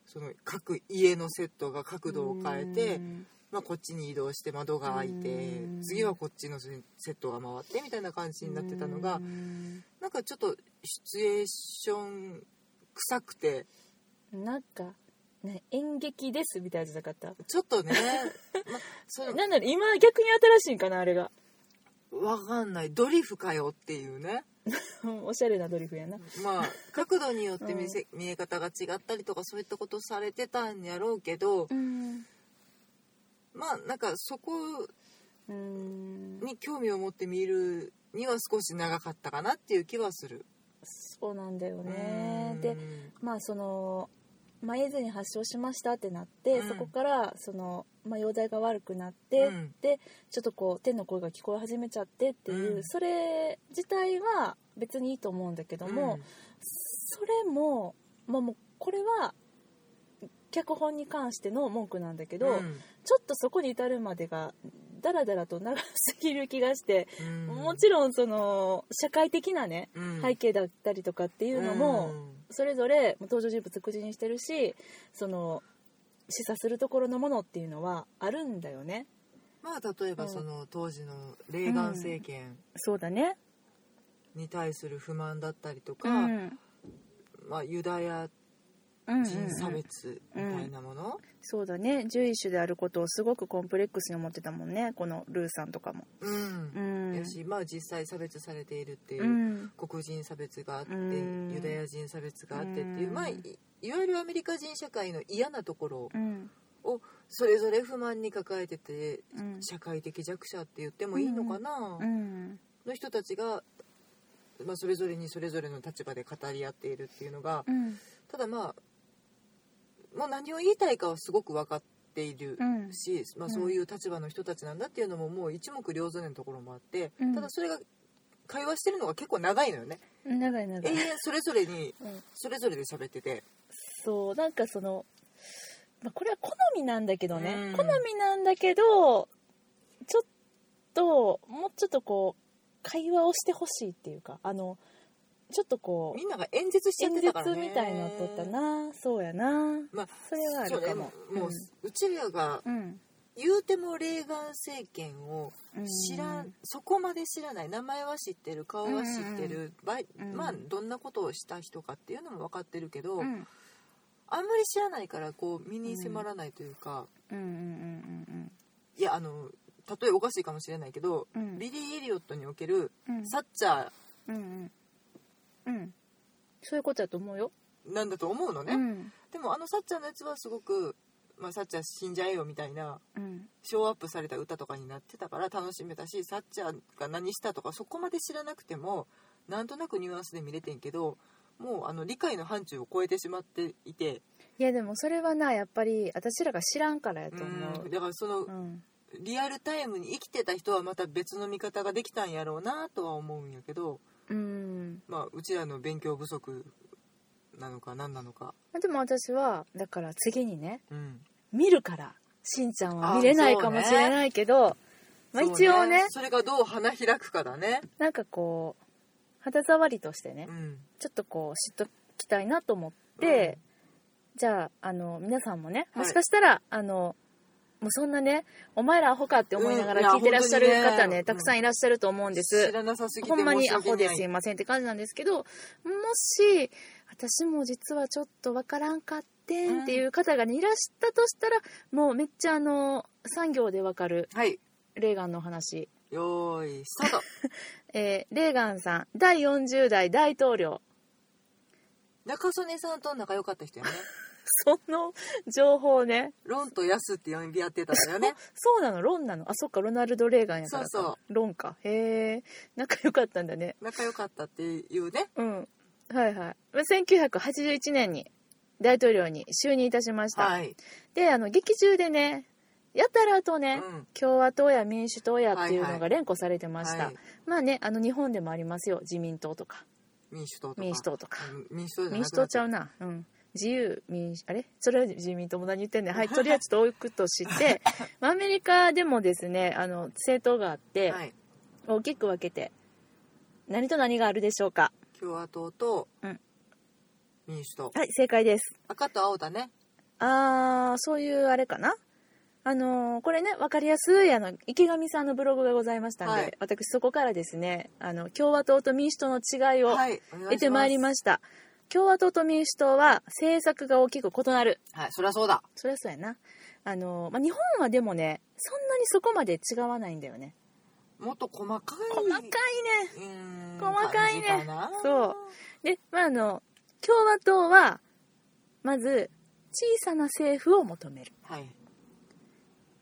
B: その各家のセットが角度を変えて、
A: うん
B: まあ、こっちに移動して窓が開いて
A: うん
B: 次はこっちのセットが回ってみたいな感じになってたのが
A: うん
B: なんかちょっとシチュエーション臭くて
A: なんか、ね、演劇ですみたいなやつじゃなかった
B: ちょっと ね、ま、それ
A: なんだろう今逆に新しいんかなあれが
B: わかんないドリフかよっていうね
A: おしゃれなドリフやな
B: まあ角度によって見せ、見え方が違ったりとかそういったことされてたんやろうけど
A: うん
B: まあなんかそこ
A: うん
B: に興味を持って見るには少し長かったかなっていう気はする。
A: そうなんだよねでまあその、まあ、エイズに発症しましたってなって、
B: うん
A: そこからそのまあ、容体が悪くなって、
B: うん
A: でちょっとこう天の声が聞こえ始めちゃってっていう、
B: うん
A: それ自体は別にいいと思うんだけども、それも,、まあ、もうこれは脚本に関しての文句なんだけど、
B: ん
A: ちょっとそこに至るまでがだらだらと長すぎる気がして、
B: うん
A: もちろんその社会的なね
B: うん
A: 背景だったりとかっていうのも、
B: うん
A: それぞれ登場人物口にしてるしその示唆するところのものっていうのはあるんだよね
B: まあ例えばその当時のレーガン政権
A: そうだね
B: に対する不満だったりと
A: う
B: か、
A: ん
B: まあ、ユダヤ
A: うん
B: 人差別みたいなもの、
A: そうだねジュイッシュであることをすごくコンプレックスに思ってたもんねこのルーさんとかも
B: うん
A: うん
B: やし、まあ、実際差別されているっていう、
A: うん
B: 黒人差別があって、
A: うん
B: ユダヤ人差別があってっていう、
A: うん
B: まあ、いいわゆるアメリカ人社会の嫌なところ
A: うん
B: をそれぞれ不満に抱えてて
A: うん
B: 社会的弱者って言ってもいいのかな、
A: うん
B: の人たちが、まあ、それぞれにそれぞれの立場で語り合っているっていうのが
A: うん
B: ただまあもう何を言いたいかはすごく分かっている
A: うん
B: し、まあ、
A: うん
B: そういう立場の人たちなんだっていうのももう一目瞭然のところもあって、
A: うん
B: ただそれが会話してるのが結構長いのよね
A: 長い
B: 永
A: 長い、
B: 遠それぞれに
A: うん、
B: それぞれで喋ってて
A: そうなんかその、まあ、これは好みなんだけどね、
B: うん
A: 好みなんだけどちょっともうちょっとこう会話をしてほしいっていうかあのちょっとこ
B: みんなが演説
A: う
B: しちゃっ
A: 演
B: てたから
A: 説
B: ね
A: みたいなのとったなそうやな
B: まあ
A: それはあ
B: そう
A: る
B: ね
A: か
B: も
A: も
B: うもう、うちらが
A: うん
B: 言うてもレーガン政権を
A: うん
B: 知らんそこまで知らない名前は知ってる顔は知ってる、ばい
A: うん
B: まあどんなことをした人かっていうのも分かってるけど、
A: うん
B: あんまり知らないからこう身に迫らないというか、
A: うんうんうん
B: いやあの例えおかしいかもしれないけど、
A: うんうん
B: ビリー・エリオットにおける
A: うん
B: サッチャ
A: うんうんうんそういうことだと思うよ、
B: ーなんだと思うのね、
A: うん
B: でもあのサッチャーのやつはすごく、まあ、サッチャー死んじゃえよみたいな
A: うん
B: ショーアップされた歌とかになってたから楽しめたしサッチャーが何したとかそこまで知らなくてもなんとなくニュアンスで見れてんけどもうあの理解の範疇を超えてしまっていて
A: いやでもそれはなやっぱり私らが知らんからやと思
B: う
A: うん
B: だからその
A: うん
B: リアルタイムに生きてた人はまた別の見方ができたんやろうなとは思うんやけど、
A: うん、
B: まあ、うちらの勉強不足なのか何なのか。
A: でも私はだから次にね
B: うん
A: 見るからしんちゃんは
B: あ
A: 見れないかもしれないけど、まあ、
B: そう
A: 一応ね
B: それがどう花開くかだね、
A: なんかこう肌触りとしてね、
B: うん、
A: ちょっとこう知っときたいなと思って、じゃああの皆さんもね
B: は
A: も
B: い
A: しかしたら、あのもうそんなねお前らアホかって思いながら聞いてらっしゃる
B: うんいや本当
A: 方
B: に
A: ね
B: ね
A: たくさんいらっしゃると思うんです、
B: 知らなさすぎて
A: ほんま
B: 申
A: に
B: し
A: ア
B: 訳
A: ホ
B: ない
A: ですいませんって感じなんですけどもし私も実はちょっとわからんかってんっていう方がねいらしたとしたらもうめっちゃあの産業でわかる
B: はい
A: レーガンのお話、
B: よーいスタート
A: えーレーガンさん第40代大統領
B: 中曽根さんと仲良かった人 やね
A: その情報ね
B: ロンとヤスって呼び合ってたんだ よね
A: そうなのロンなのあそっかロナルド・レーガンやからか
B: そうそ
A: ロンかへえ仲良かったんだね
B: 仲良かったっていうね
A: うんはいはい1981年に大統領に就任いたしました、
B: はい、
A: であの劇中でねやたらと
B: う
A: ね、
B: ん、
A: 共和党や民主党やっていうの
B: はいは
A: が連呼されてました、
B: はい
A: まあねあの日本でもありますよ自民党とか
B: 民主党とか
A: 民主党とか
B: うん民主党じゃなくな
A: 民主党ちゃう
B: な
A: な、うん、自由民主あれそれは自民党も何言ってんねん はいとりあえずちょっと多くとしてまあアメリカでもですねあの政党があって、
B: はい
A: 大きく分けて何と何があるでしょうか
B: 共和党と
A: うん
B: 民主党、
A: はい正解です
B: 赤と青だね
A: あーそういうあれかなあのーこれね分かりやすいあの池上さんのブログがございましたんで、
B: はい
A: 私そこからですねあの共和党と民主党の違いを
B: はいお願いし
A: 得てまいり
B: す
A: ました、共和党と民主党は政策が大きく異なる
B: はいそりゃそうだ
A: そりゃそうやなあのー、まあ、日本はでもねそんなにそこまで違わないんだよね
B: もっと細かい
A: 細かいね
B: うーん
A: 細かいね
B: 感じかな
A: そうでまああの共和党はまず小さな政府を求める
B: はい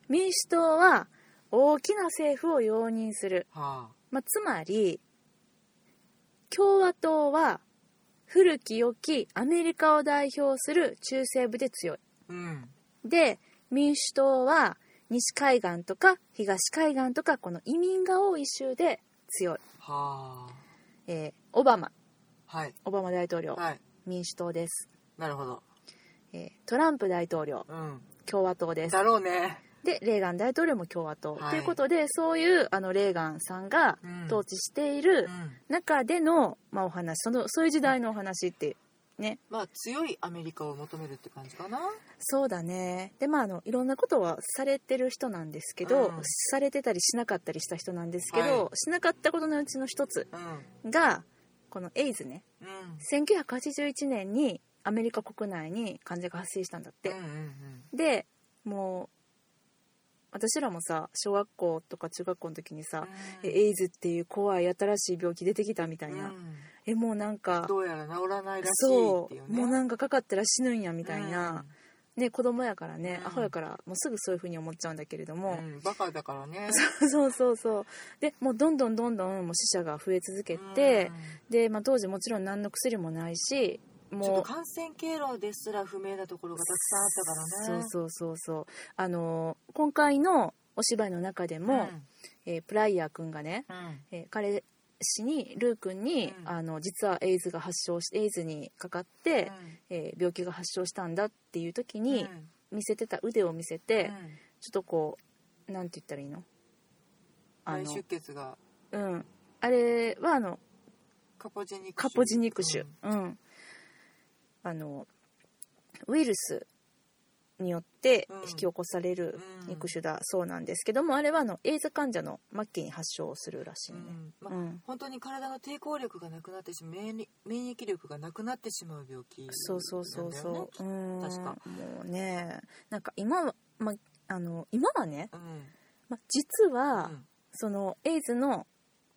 A: 民主党は大きな政府を容認する、
B: はあ
A: まあ、つまり共和党は古き良きアメリカを代表する中西部で強い
B: うん
A: で民主党は西海岸とか東海岸とかこの移民が多い州で強い、
B: は
A: えーオバマ
B: あはい
A: オバマ大統領、
B: はい
A: 民主党です、
B: なるほど
A: えートランプ大統領
B: うん
A: 共和党です
B: だろうね
A: でレーガン大統領も共和党、
B: はい
A: ということでそういうあのレーガンさんが
B: うん
A: 統治している
B: うん
A: 中での、まあ、お話そのそういう時代のお話ってね
B: まあ強いアメリカを求めるって感じかな
A: そうだねでまああのいろんなことはされてる人なんですけど、
B: うん
A: されてたりしなかったりした人なんですけど、
B: は
A: しなかったことのうちの一つ
B: うん
A: がこのエイズね
B: うん
A: 1981年にアメリカ国内に患者が発生したんだって
B: うん、うん
A: でもう私らもさ小学校とか中学校の時に
B: うん
A: さ、
B: う
A: え
B: ん
A: エイズっていう怖い新しい病気出てきたみたいな、
B: うん
A: えもうなんか
B: どうやら治らないらしいっ
A: そ
B: ていううね
A: もうなんかかかったら死ぬんやみたいな、ね子供やからね、
B: うん
A: アホやからもうすぐそういう風に思っちゃうんだけれど
B: うん
A: も
B: う、んバカだからね
A: そうそうそうでもうどんどんどんどんもう死者が増え続けて、で、まあ、当時もちろん何の薬もないし
B: うんちょっ
A: も
B: と感染経路ですら不明なところがたく
A: う
B: さ
A: そう
B: んあったか
A: そうそうそうあのー今回のお芝居の中で
B: ら
A: も、
B: ね
A: えープライヤー君がね、
B: うんうん
A: えー彼氏にルー君に、
B: うん
A: あの実はエイズが発症しエイズにかかって、
B: うん
A: えー病気が発症したんだっていう時に
B: うん
A: 見せてた腕を見せて、ち
B: う
A: ょっ
B: ん
A: とこうなんて言ったらいいのあ
B: 内
A: の
B: 出、血が
A: うん、あれはあの
B: カポジニク
A: カ
B: 種
A: ポジ肉
B: う
A: 種
B: ん、
A: うんあのウイルスによって
B: うん
A: 引き起こされる
B: うん
A: 肉種だそうなんですけどもあれはあのエイズ患者の末期に発症するらしいのね、
B: うんまあ
A: うん
B: 本当に体の抵抗力がなくなってしまう免疫免疫力がなくなってしまう病気なんだよね、
A: そうそうそうそう、うん
B: 確か
A: もうねなんか今は、ま、あの今はね、
B: うん
A: ま、実
B: う
A: は、
B: ん
A: そのエイズの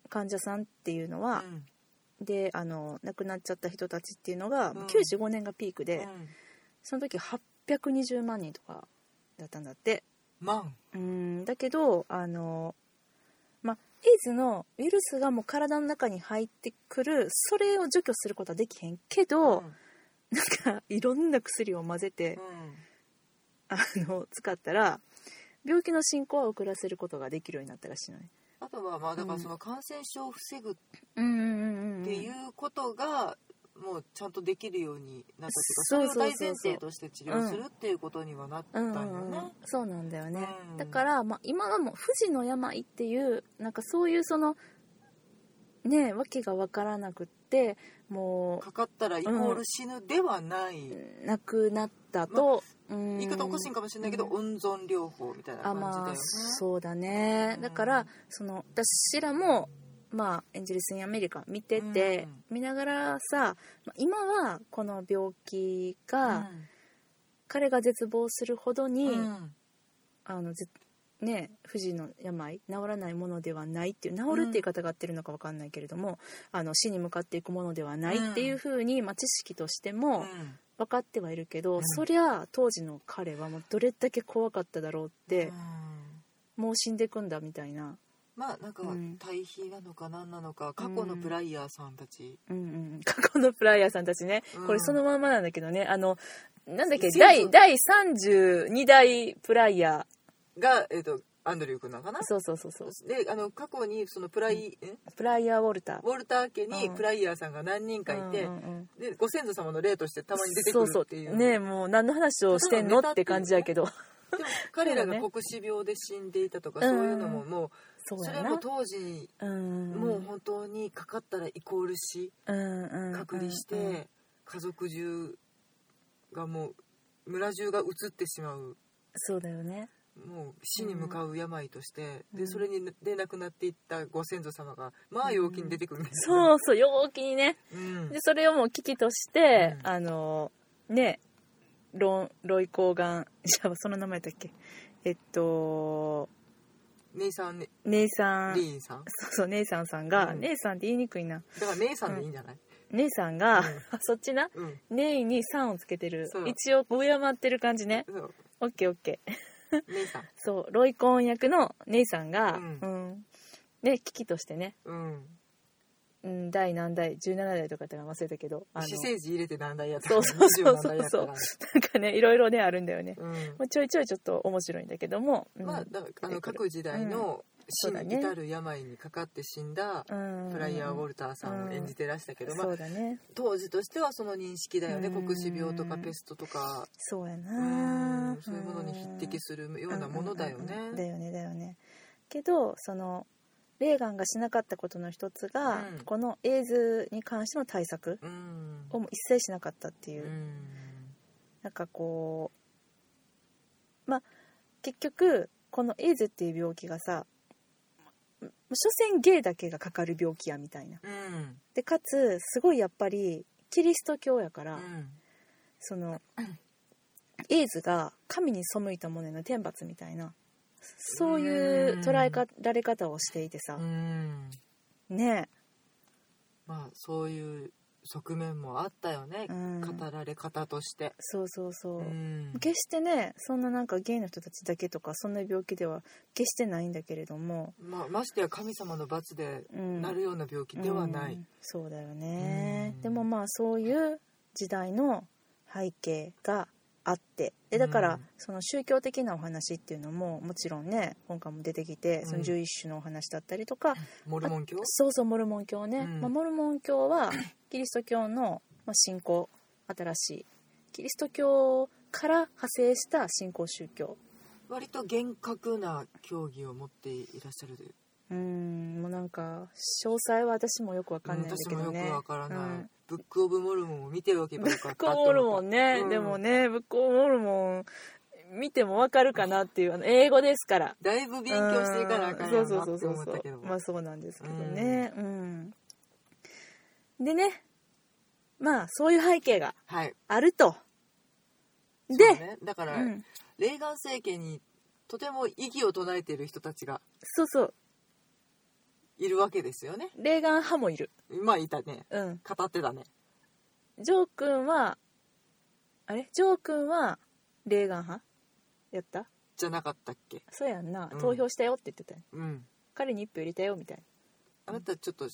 A: 患者さんっていうのは
B: う、ん
A: であの亡くなっちゃった人たちっていうのが、
B: うん
A: 95年がピークで、
B: うん
A: その時820万人とかだったんだって
B: マン
A: うんだけどあのまエイズのウイルスがもう体の中に入ってくるそれを除去することはできへんけど、
B: うん
A: なん かいろんな薬を混ぜて、
B: うん
A: あの使ったら病気の進行は遅らせることができるようになったらしいのね。
B: あとはまあだからその感染症を防ぐっ
A: うんうんうんうん
B: ていうことがもうちゃんとできるようになったって
A: そ
B: いうう
A: そ
B: か
A: う
B: そ
A: そうそう
B: れを大前提として治療するっていうことにはなった
A: うんん
B: だ
A: う
B: よ
A: んうん
B: ね。
A: そうなんだよね、
B: うん
A: だから、まあ、今はもう不治の病っていうなんかそういうそのねえ訳が分からなくっても
B: かかったらイコール死ぬではない、
A: うなくなったと、うん
B: 言い方おかしいんかもしれないけど、
A: うん
B: 温存療法みたいな
A: あ
B: 感じだよ
A: ま
B: ね
A: あ。そうだね、
B: うん
A: だからその私らもまあエンジェルス・イン・アメリカ見てて、見ながらさまあ今はこの病気が、彼が絶望するほど
B: う
A: に、
B: んうん
A: あのぜね不治の病治らないものではないっていう治るっていう方が合ってるのか分かんないけれども、あの死に向かっていくものではないっていうふうに、まあ、知識としても
B: うん
A: 分かってはいるけど、
B: うん
A: そりゃ当時の彼はもうどれだけ怖かっただろうって、
B: うん
A: もう死んでくんだみたいな、
B: まあなんか
A: うん
B: 対比なのか何なのか過去のプライヤーさんたち、
A: うんうん、 過去のプライヤーさんたちね、
B: うん
A: これそのまんまなんだけどねあのなんだっけ
B: そう
A: 第第32代プライヤ
B: が、えっとアンドリュー君なのかな
A: ーそうそうそうそう
B: であの過去にそのプライ、ん
A: プライヤーウォルター
B: ウォルター家に
A: うん
B: プライヤーさんが何人かいて、
A: うんうんうん
B: でご先祖様の霊としてたまに出てくるっていう
A: そうそうねえもう何の話をしてんのって感じやけど
B: でも彼ら
A: そう
B: が
A: ね
B: 黒死病で死んでいたとか
A: うん
B: そういうのもも
A: そうう
B: そ
A: や
B: れ
A: な
B: はもう当時
A: うん
B: もう本当にかかったらイコール死
A: うんうんうん
B: 隔離し
A: うん
B: て家族中がもう村中が移ってしまう
A: そうだよね
B: もう死に向かう病として、
A: う
B: で
A: ん
B: それにで亡くなっていったご先祖様がまあ陽気に出てくるんですよ、
A: そうそう陽気にね
B: うん
A: でそれをもう危機として、
B: うん
A: あのねロンロイ抗がんじゃあその名前だっけえっと
B: 姉さん、ね、
A: 姉さん
B: リーンさん
A: そうそう姉さんさんが、
B: うん
A: 姉さんって言いにくいな
B: だから姉さんでいいんじゃない、
A: 姉さんが、
B: うん
A: そっちな
B: うん
A: 姉に「さん」をつけてる
B: そう
A: 一応敬ってる感じね
B: そう
A: オッケーオッケー
B: 姉さん
A: そうロイコーン役の姉さんが、う
B: うんん
A: ね危機としてね
B: うん
A: うん、第何代17代とかって忘れたけどあの
B: 私生児入れて何台やった
A: そうそうそうそうそう
B: 20
A: なんかねいろいろねあるんだよね、
B: 何台やった
A: もうちょいちょいちょっと面白いんだけども、う
B: うん
A: ん
B: まあだからあの各時代の死
A: そうだ
B: に
A: ね
B: 至る病にかかって死んだ
A: うん
B: フライヤー・ウォルターさんを演じてらしたけど、まあ
A: そうだね
B: 当時としてはその認識だよね
A: うん
B: 黒死病とかペストとか
A: そうや
B: うん
A: な
B: そういうものに匹敵するようなものだよね。
A: うんうんうんだよねだよねけどそのレーガンがしなかったことの一つが、
B: うん
A: このエイズに関しての対策
B: うん
A: をもう一切しなかったっていうう、
B: ん
A: なんかこうまあ結局このエイズっていう病気がさま所詮ゲイだけがかかる病気やみたいな
B: うん
A: でかつすごいやっぱりキリスト教やから、
B: うん
A: そのエイズが神に背いたものへの天罰みたいなそういう捉えかられ方をしていてさ
B: う、ん
A: ね
B: まあそういう側面もあったよね
A: え、う、ん、
B: 語られ方として。
A: そうそうそう、
B: うん
A: 決してねそんななんかゲイの人たちだけとかそんな病気では決してないんだけれども、
B: まあ、ましてや神様の罰で
A: うん、
B: なるような病気ではない。
A: うんそうだよね、
B: うん
A: でもまあそういう時代の背景があってでだか
B: う
A: ら
B: ん
A: その宗教的なお話っていうのももちろんね今回も出てきて
B: ん
A: その11種のお話だったりとか、
B: モルモン教
A: そうそうモルモン教ね、
B: うん
A: まあ、モルモン教はキリスト教のまあ信仰新しいキリスト教から派生した信仰宗教
B: 割と厳格な教義を持っていらっしゃる
A: うーんもうなんか詳細は私もよくわかんないんだ
B: 私
A: け
B: も
A: ど
B: よく
A: ね
B: わからない、
A: うん
B: ブック・オブ・モルモンを見ておけばよか
A: ブ
B: った
A: ック
B: と
A: オブ
B: 思
A: モルモ
B: った
A: ンね、
B: うん
A: でもねブックオブモルモン見てもわかるかなっていうあの英語ですから
B: だいぶ勉強していかなあかんや
A: う
B: ろ
A: んそうそうそう
B: なって
A: そう
B: 思ったけど
A: まあそうなんですけどねうん、でねまあそういう背景が
B: はい
A: あるとで
B: そうね、だから、
A: うん、
B: レーガン政権にとても異議を唱えている人たちが
A: そうそう
B: いるわけですよね
A: レーガン派もいる
B: まあいたね
A: うん
B: 語ってたね
A: ジョー君はあれジョー君はレーガン派やった
B: じゃなかったっけ
A: そうやんな、
B: うん
A: 投票したよって言ってたよ
B: うん
A: 彼に一票入れたよみたいな
B: あなたちょっと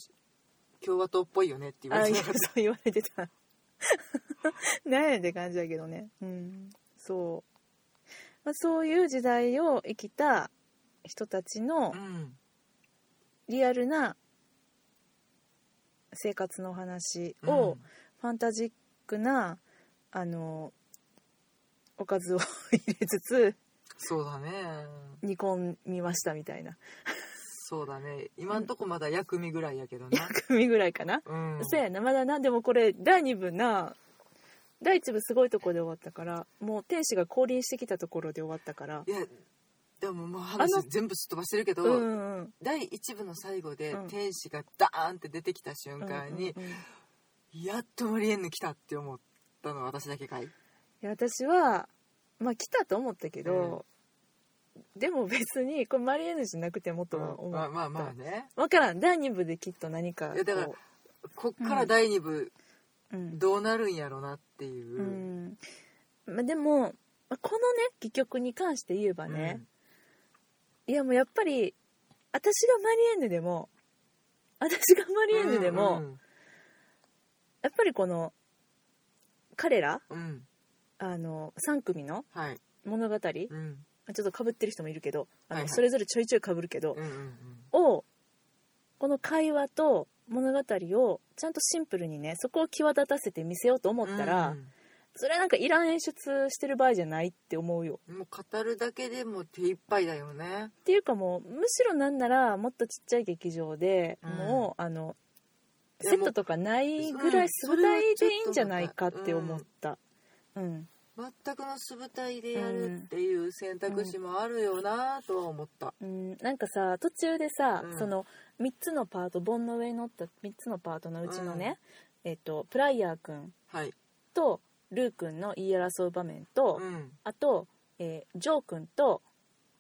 B: 共和党っぽいよねって言わ
A: あ
B: れ
A: い
B: て
A: や
B: なか
A: そう
B: った
A: 言われてた なんやねんって感じだけどねうんそう、まあ、そういう時代を生きた人たちの
B: うん
A: リアルな生活のお話
B: うん
A: をファンタジックなあのおかずを 入れつつ
B: そうだね
A: 煮込みましたみたいな
B: そうだね今んとこまだ薬味ぐらいやけどな
A: 組ぐらいかな、
B: うん
A: そうやなまだなでもこれ第2部な第1部すごいとこで終わったからもう天使が降臨してきたところで終わったから
B: いやでももう
A: あ
B: 話
A: の
B: 全部すっ飛ばしてるけど、
A: うんうん
B: 第1部の最後で
A: うん
B: 天使がダーンって出てきた瞬間に、
A: うんうんうんい
B: やっとマリエンヌ来たって思ったのは私だけかい
A: や私はまあ来たと思ったけど、でも別にこれマリエヌじゃなくてもとは思う、
B: まあまあまあね
A: 分からん第2部できっと何かこ
B: いやだから
A: う
B: こっから第2部
A: うん、
B: どうなるんやろなっていう、
A: うんまあ、でもまあこのね戯曲に関して言えばね、いやもうやっぱり私がマリエンヌでも私がマ
B: うん
A: リエンヌでも、
B: うん
A: やっぱりこの彼ら
B: うん、うん
A: あの3組の
B: はい、
A: 物語、ちょ
B: うん
A: っとかぶってる人もいるけどあの、
B: はいはい
A: それぞれちょいちょいかぶるけど
B: うんう、んうん
A: をこの会話と物語をちゃんとシンプルにねそこを際立たせて見せようと思ったら、それはなんかいらん演出してる場合じゃないって思うよ。
B: うんもう語るだけでも手一杯だよね
A: っていうかもうむしろなんならもっとちっちゃい劇場で、
B: うん
A: もうあの
B: いや
A: セットとかないぐら
B: う
A: い
B: ん
A: 素台でいいんじゃないかって思ったうん、
B: 全くの素舞台でやるっていう選択肢もあるよなとは思った、
A: うんなんかさ途中でさ、
B: うん
A: その3つのパート盆の上に乗った3つのパートのうちのね、えっとプライヤー君
B: はい、
A: とルー君の言い争う場面と、
B: うん、
A: あと、えージョー君と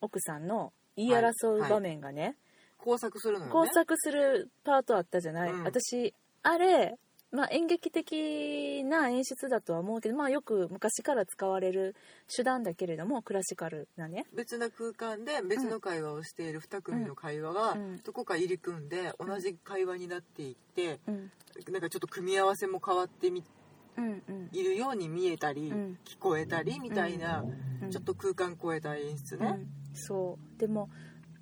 A: 奥さんの言い争う場面がね、
B: 工作するのよね
A: 工作するパートあったじゃない、
B: うん
A: 私あれまあ、演劇的な演出だとは思うけど、まあ、よく昔から使われる手段だけれどもクラシカルなね
B: 別な空間で別の会話をしている2組の会話が
A: うん
B: どこか入り組んで同じ会話になっていって
A: うん
B: なんかちょっと組み合わせも変わってみ
A: うんうん
B: いるように見えたり
A: うん
B: 聞こえたりみたいな
A: うん
B: ちょっと空間超えた演出
A: う
B: ね
A: ん、そうでも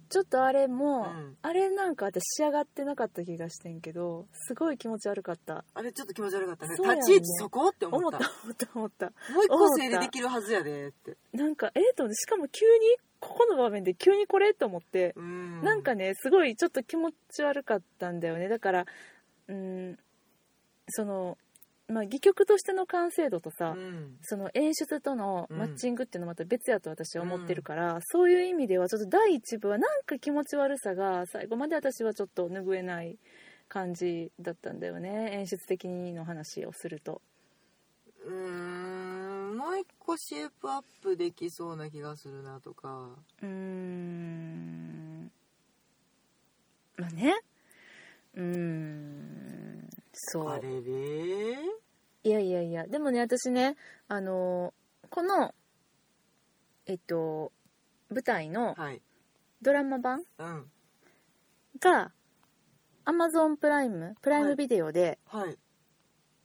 A: ちょっとあれも、
B: うん
A: あれなんか私仕上がってなかった気がしてんけどすごい気持ち悪かった
B: あれちょっと気持ち悪かったね
A: そうやね
B: 立ち位置そこって思
A: 思
B: っ
A: った
B: た
A: 思った思った
B: もう一個整理できるはずやでって
A: なんかええと思ってしかも急にここの場面で急にこれと思って、
B: うん
A: なんかねすごいちょっと気持ち悪かったんだよねだからうんそのまあ戯曲としての完成度とさ、
B: うん
A: その演出との
B: うん
A: マッチングっていうのはまた別やと私は思ってるから、そういう意味ではちょっと第一部はなんか気持ち悪さが最後まで私はちょっと拭えない感じだったんだよね演出的の話をすると
B: うーんもう一個シェイプアップできそうな気がするなとか
A: うーんまあねうーんそう
B: あれれ
A: いやいやいやでもね私ねあのこのえっと舞台の
B: はい
A: ドラマ版
B: うん
A: が Amazon プライムプライ
B: は
A: ム
B: い
A: ビデオで
B: はい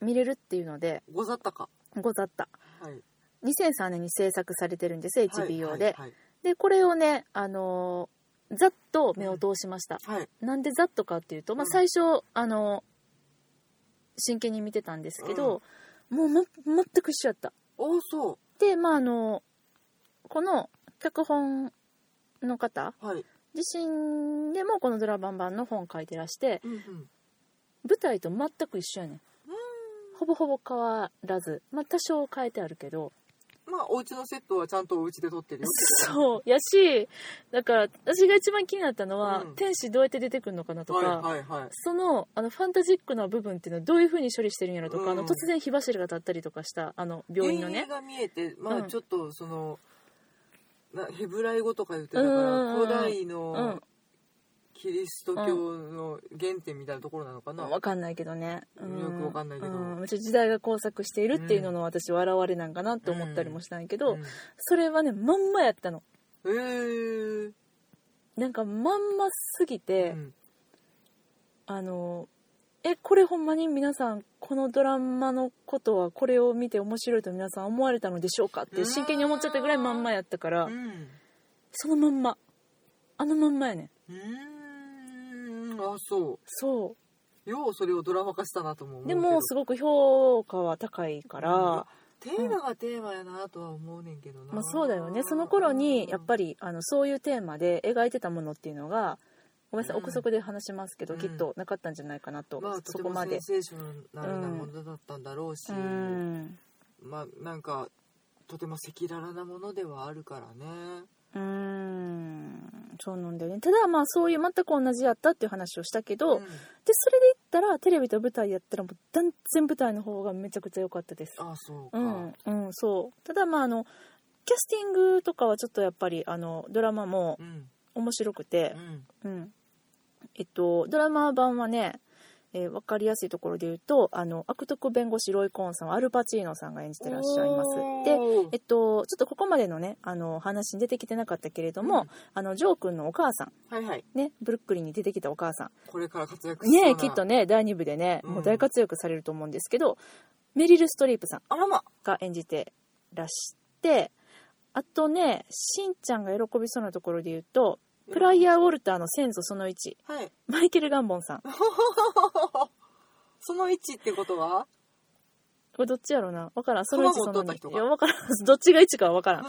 A: 見れるっていうので
B: ござったか
A: ござった
B: はい
A: 2003年に制作されてるんです HBO で、
B: はい
A: でこれをねあのーざっと目を通しました、
B: はい、はい
A: なんでざっとかっていうと、まあ、
B: うん
A: 最初あの真剣に見てたんですけど、もう、ま、全く一緒やった
B: おおそ
A: でまああのこの脚本の方
B: うはい、
A: 自身でもこのドラバン版の本書いてらして、
B: うんうん、
A: 舞台と全く一緒やねんほぼほぼ変わらずまあ多少変えてあるけど
B: まあお家のセットはちゃんとお家で撮ってるよ
A: そうやしだから私が一番気になったのは、
B: うん
A: 天使どうやって出てくるのかなとか、
B: はいはいはい
A: そのあのファンタジックな部分っていうのはどういう風に処理してるんやろとか、あの
B: うん
A: 突然火柱が立ったりとかしたあの病院の
B: 原
A: ね
B: 因が見えてま
A: う
B: あ
A: ん
B: ちょっとその、なヘブライ語とか言ってたから、
A: うんうんうん
B: 古代
A: う
B: の
A: ん
B: キリスト教の原点みたいなところなのかな、
A: わかんないけどねうん
B: よくわかんないけど
A: うんめっちゃ時代が交錯しているっていうのの私は現れなんかなって思ったりもしたんやけど、
B: うん
A: それはねまんまやったの
B: えー
A: なんかまんますぎて、
B: うん
A: あのえこれほんまに皆さんこのドラマのことはこれを見て面白いと皆さん思われたのでしょうかって真剣に思っちゃったぐらいまんまやったから
B: うん
A: そのまんまあのまんまやねん
B: うーんあそ
A: そう
B: ようそれをドラマ化したなとも思
A: う
B: う
A: で
B: けど
A: もすごく評価は高いから、
B: テーマがテーマやなとは思うねんけどな、
A: まあ、そうだよねその頃にやっ
B: り
A: ぱりあのそういうテーマで描いてたものっていうのがごめんなさい
B: うん
A: 憶測で話しますけど、
B: うん
A: きっとなかったんじゃないかなと、
B: まあ、と
A: そ
B: て
A: こ
B: も
A: ま
B: セ
A: で
B: ン。セーショナルなものだったんだろうし、
A: うん
B: まあなんかとても赤裸々なものではあるからね
A: うーんそうなんだよねただまあそういう全く同じやったっていう話をしたけど、
B: ん
A: でそれで言ったらテレビと舞台やったらもう断然舞台の方がめちゃくちゃ良かったです
B: ああそうか、
A: うんうんそうただまああのキャスティングとかはちょっとやっぱりあのドラマも
B: うん
A: 面白くて
B: う、ん
A: うんえっとドラマ版はねえ分かりやすいところで言うとあの悪徳弁護士ロイ・コーンさんはアルパチーノさんが演じてらっしゃいますで
B: おー
A: えっと、ちょっとここまでのねあの話に出てきてなかったけれども、
B: うん
A: あのジョー君のお母さん
B: はいはい
A: ねブルックリンに出てきたお母さ
B: これから活躍
A: ん
B: しそうな
A: ねきっとね第2部でね、
B: うん
A: もう大活躍されると思うんですけどメリル・ストリープさん
B: あらま
A: が演じてらしてあとねしんちゃんが喜びそうなところで言うとプライヤー・ウォルターの先祖その1
B: はい
A: マイケル・ガンボンさん
B: その位置ってことは
A: これどっちやろうなわからんその1そ
B: 熊
A: の
B: 本の人
A: 2い
B: が
A: やわからんどっちが1かはわからん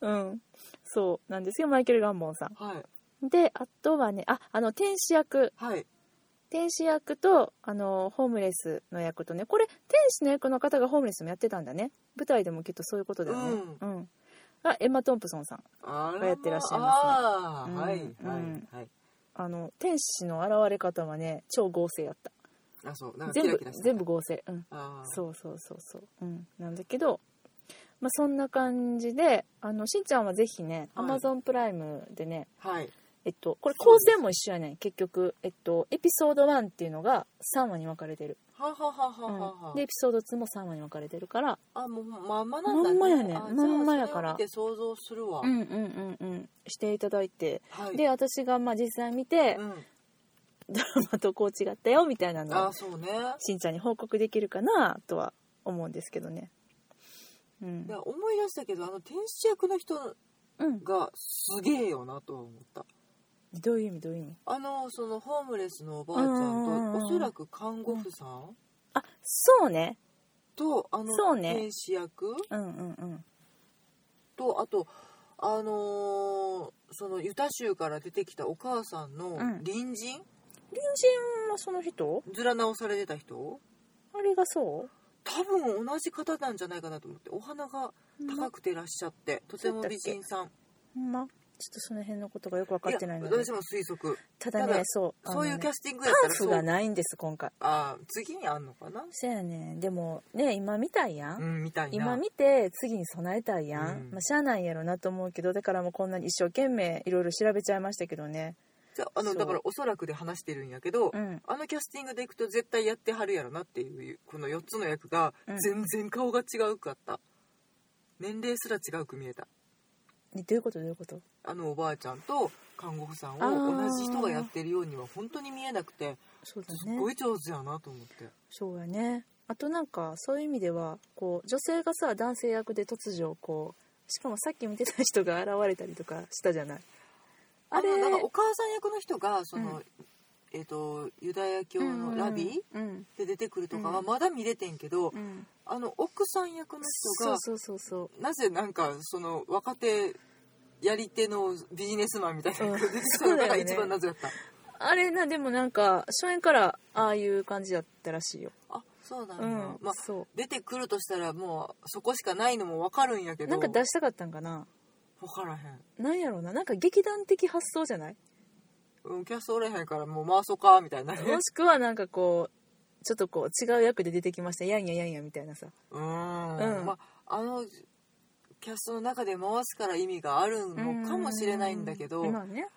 A: うんそうなんですよマイケル・ガンボンさん
B: はい
A: であとはねああの天使役
B: はい
A: 天使役とあのホームレスの役とねこれ天使の役の方がホームレスもやってたんだね舞台でもきっとそういうことだよねうん、あエマ・トンプソンさん
B: あらま
A: やってらっしゃい
B: あ
A: ま
B: あ
A: すね
B: ーはい
A: うん
B: は
A: うん
B: いはい
A: あの天使の現れ方はね超合成やった
B: あそうなんか
A: 全
B: キ
A: 部
B: ラキラして
A: 全部合成うん
B: あー
A: そうそうそうそううんなんだけどまあそんな感じであのしんちゃんはぜひね、
B: はい
A: Amazon プライムでね
B: はい
A: えっと、これ構成も一緒やねん結局、えっと、エピソード1っていうのが3話に分かれてる、
B: はははは
A: うん
B: はは
A: でエピソード2も3話に分かれてるから
B: あもうまんまなんだ
A: まんまやね
B: あ
A: まんまやから
B: じゃあそれを見て想像するわ、
A: うんうんうんうんしていただいて、
B: はい
A: で私がまあ実際見て、
B: うん、
A: ドラマとこう違ったよみたいなの
B: あ
A: を
B: そうね
A: しんちゃんに報告できるかなとは思うんですけどねうん
B: いや思い出したけどあの天使役の人
A: うん
B: がすげえよなとは思った
A: どういう意味どういう意味
B: あのそのホームレスのおばあちゃんと
A: うんうんうんうん
B: おそらく看護婦さん
A: あそうね
B: とあ
A: そう
B: の
A: ね
B: 天使役
A: うんうんうん
B: とあとあのーそのユタ州から出てきたお母さんの
A: うん
B: 隣人、
A: 隣人はその人
B: ずら直されてた人
A: あれがそう
B: 多分同じ方なんじゃないかなと思ってお花が
A: ま
B: 高くてらっしゃってとても美人さん
A: ほんまちょっとその辺のことがよく分かってないの
B: や
A: で
B: 私も推測
A: ただ
B: た
A: ね
B: だ
A: そう
B: そういうキャ
A: ス
B: スティング
A: パ
B: やった
A: ン
B: ら
A: フ
B: そう
A: がないんです今回
B: あー次にあんのかな
A: そやねんでもね今見たいやん、
B: うんみたいな
A: 今見て次に備えたいやん、
B: うん
A: まあ、しゃあないやろなと思うけどだからもうこんなに一生懸命いろいろ調べちゃいましたけどね
B: じゃああの
A: そう
B: だからおそらくで話してるんやけど、
A: うん
B: あのキャスティングでいくと絶対やってはるやろなっていうこの4つの役が
A: うん
B: 全然顔が違うかった、年齢すら違うく見えた
A: ねどういうことどういうこと
B: あのおばあちゃんと看護婦さんを
A: あー
B: 同じ人がやってるようには本当に見えなくて
A: そうだ
B: すっ
A: ね
B: ごい上手やなと思って、
A: そうやねあとなんかそういう意味ではこう女性がさ男性役で突如こうしかもさっき見てた人が現れたりとかしたじゃないあ
B: あ
A: れ
B: のなんかお母さん役の人がその、
A: う
B: えっ、とユダヤ教のラビ
A: うん
B: で出てくるとか
A: う
B: は
A: ん
B: まだ見れてんけど、
A: うん、うん
B: あの奥さん役の人
A: そ
B: が
A: うそうそうそう
B: なぜなんかその若手やり手のビジネスマンみたいな
A: うん
B: 感じで
A: そうだよね
B: のが一番謎やった
A: あれなでもなんか初演からああいう感じだったらしいよ
B: あそうなん
A: う
B: だ、
A: ん、
B: まあ
A: そ
B: 出てくるとしたらもうそこしかないのも分かるんやけ
A: う
B: ど
A: なんか出したかったんかな
B: 分からへん
A: なんやろうななんか劇団的発想じゃない
B: うんキャストおれへんからもう回そうかみたいなね
A: もしくはなんかこうちょっとこう違う役で出てきましたやんややんやみたいなさ
B: うーん
A: うん
B: まああのキャストの中で回すから意味があるのかもしれないんだけど
A: まあね、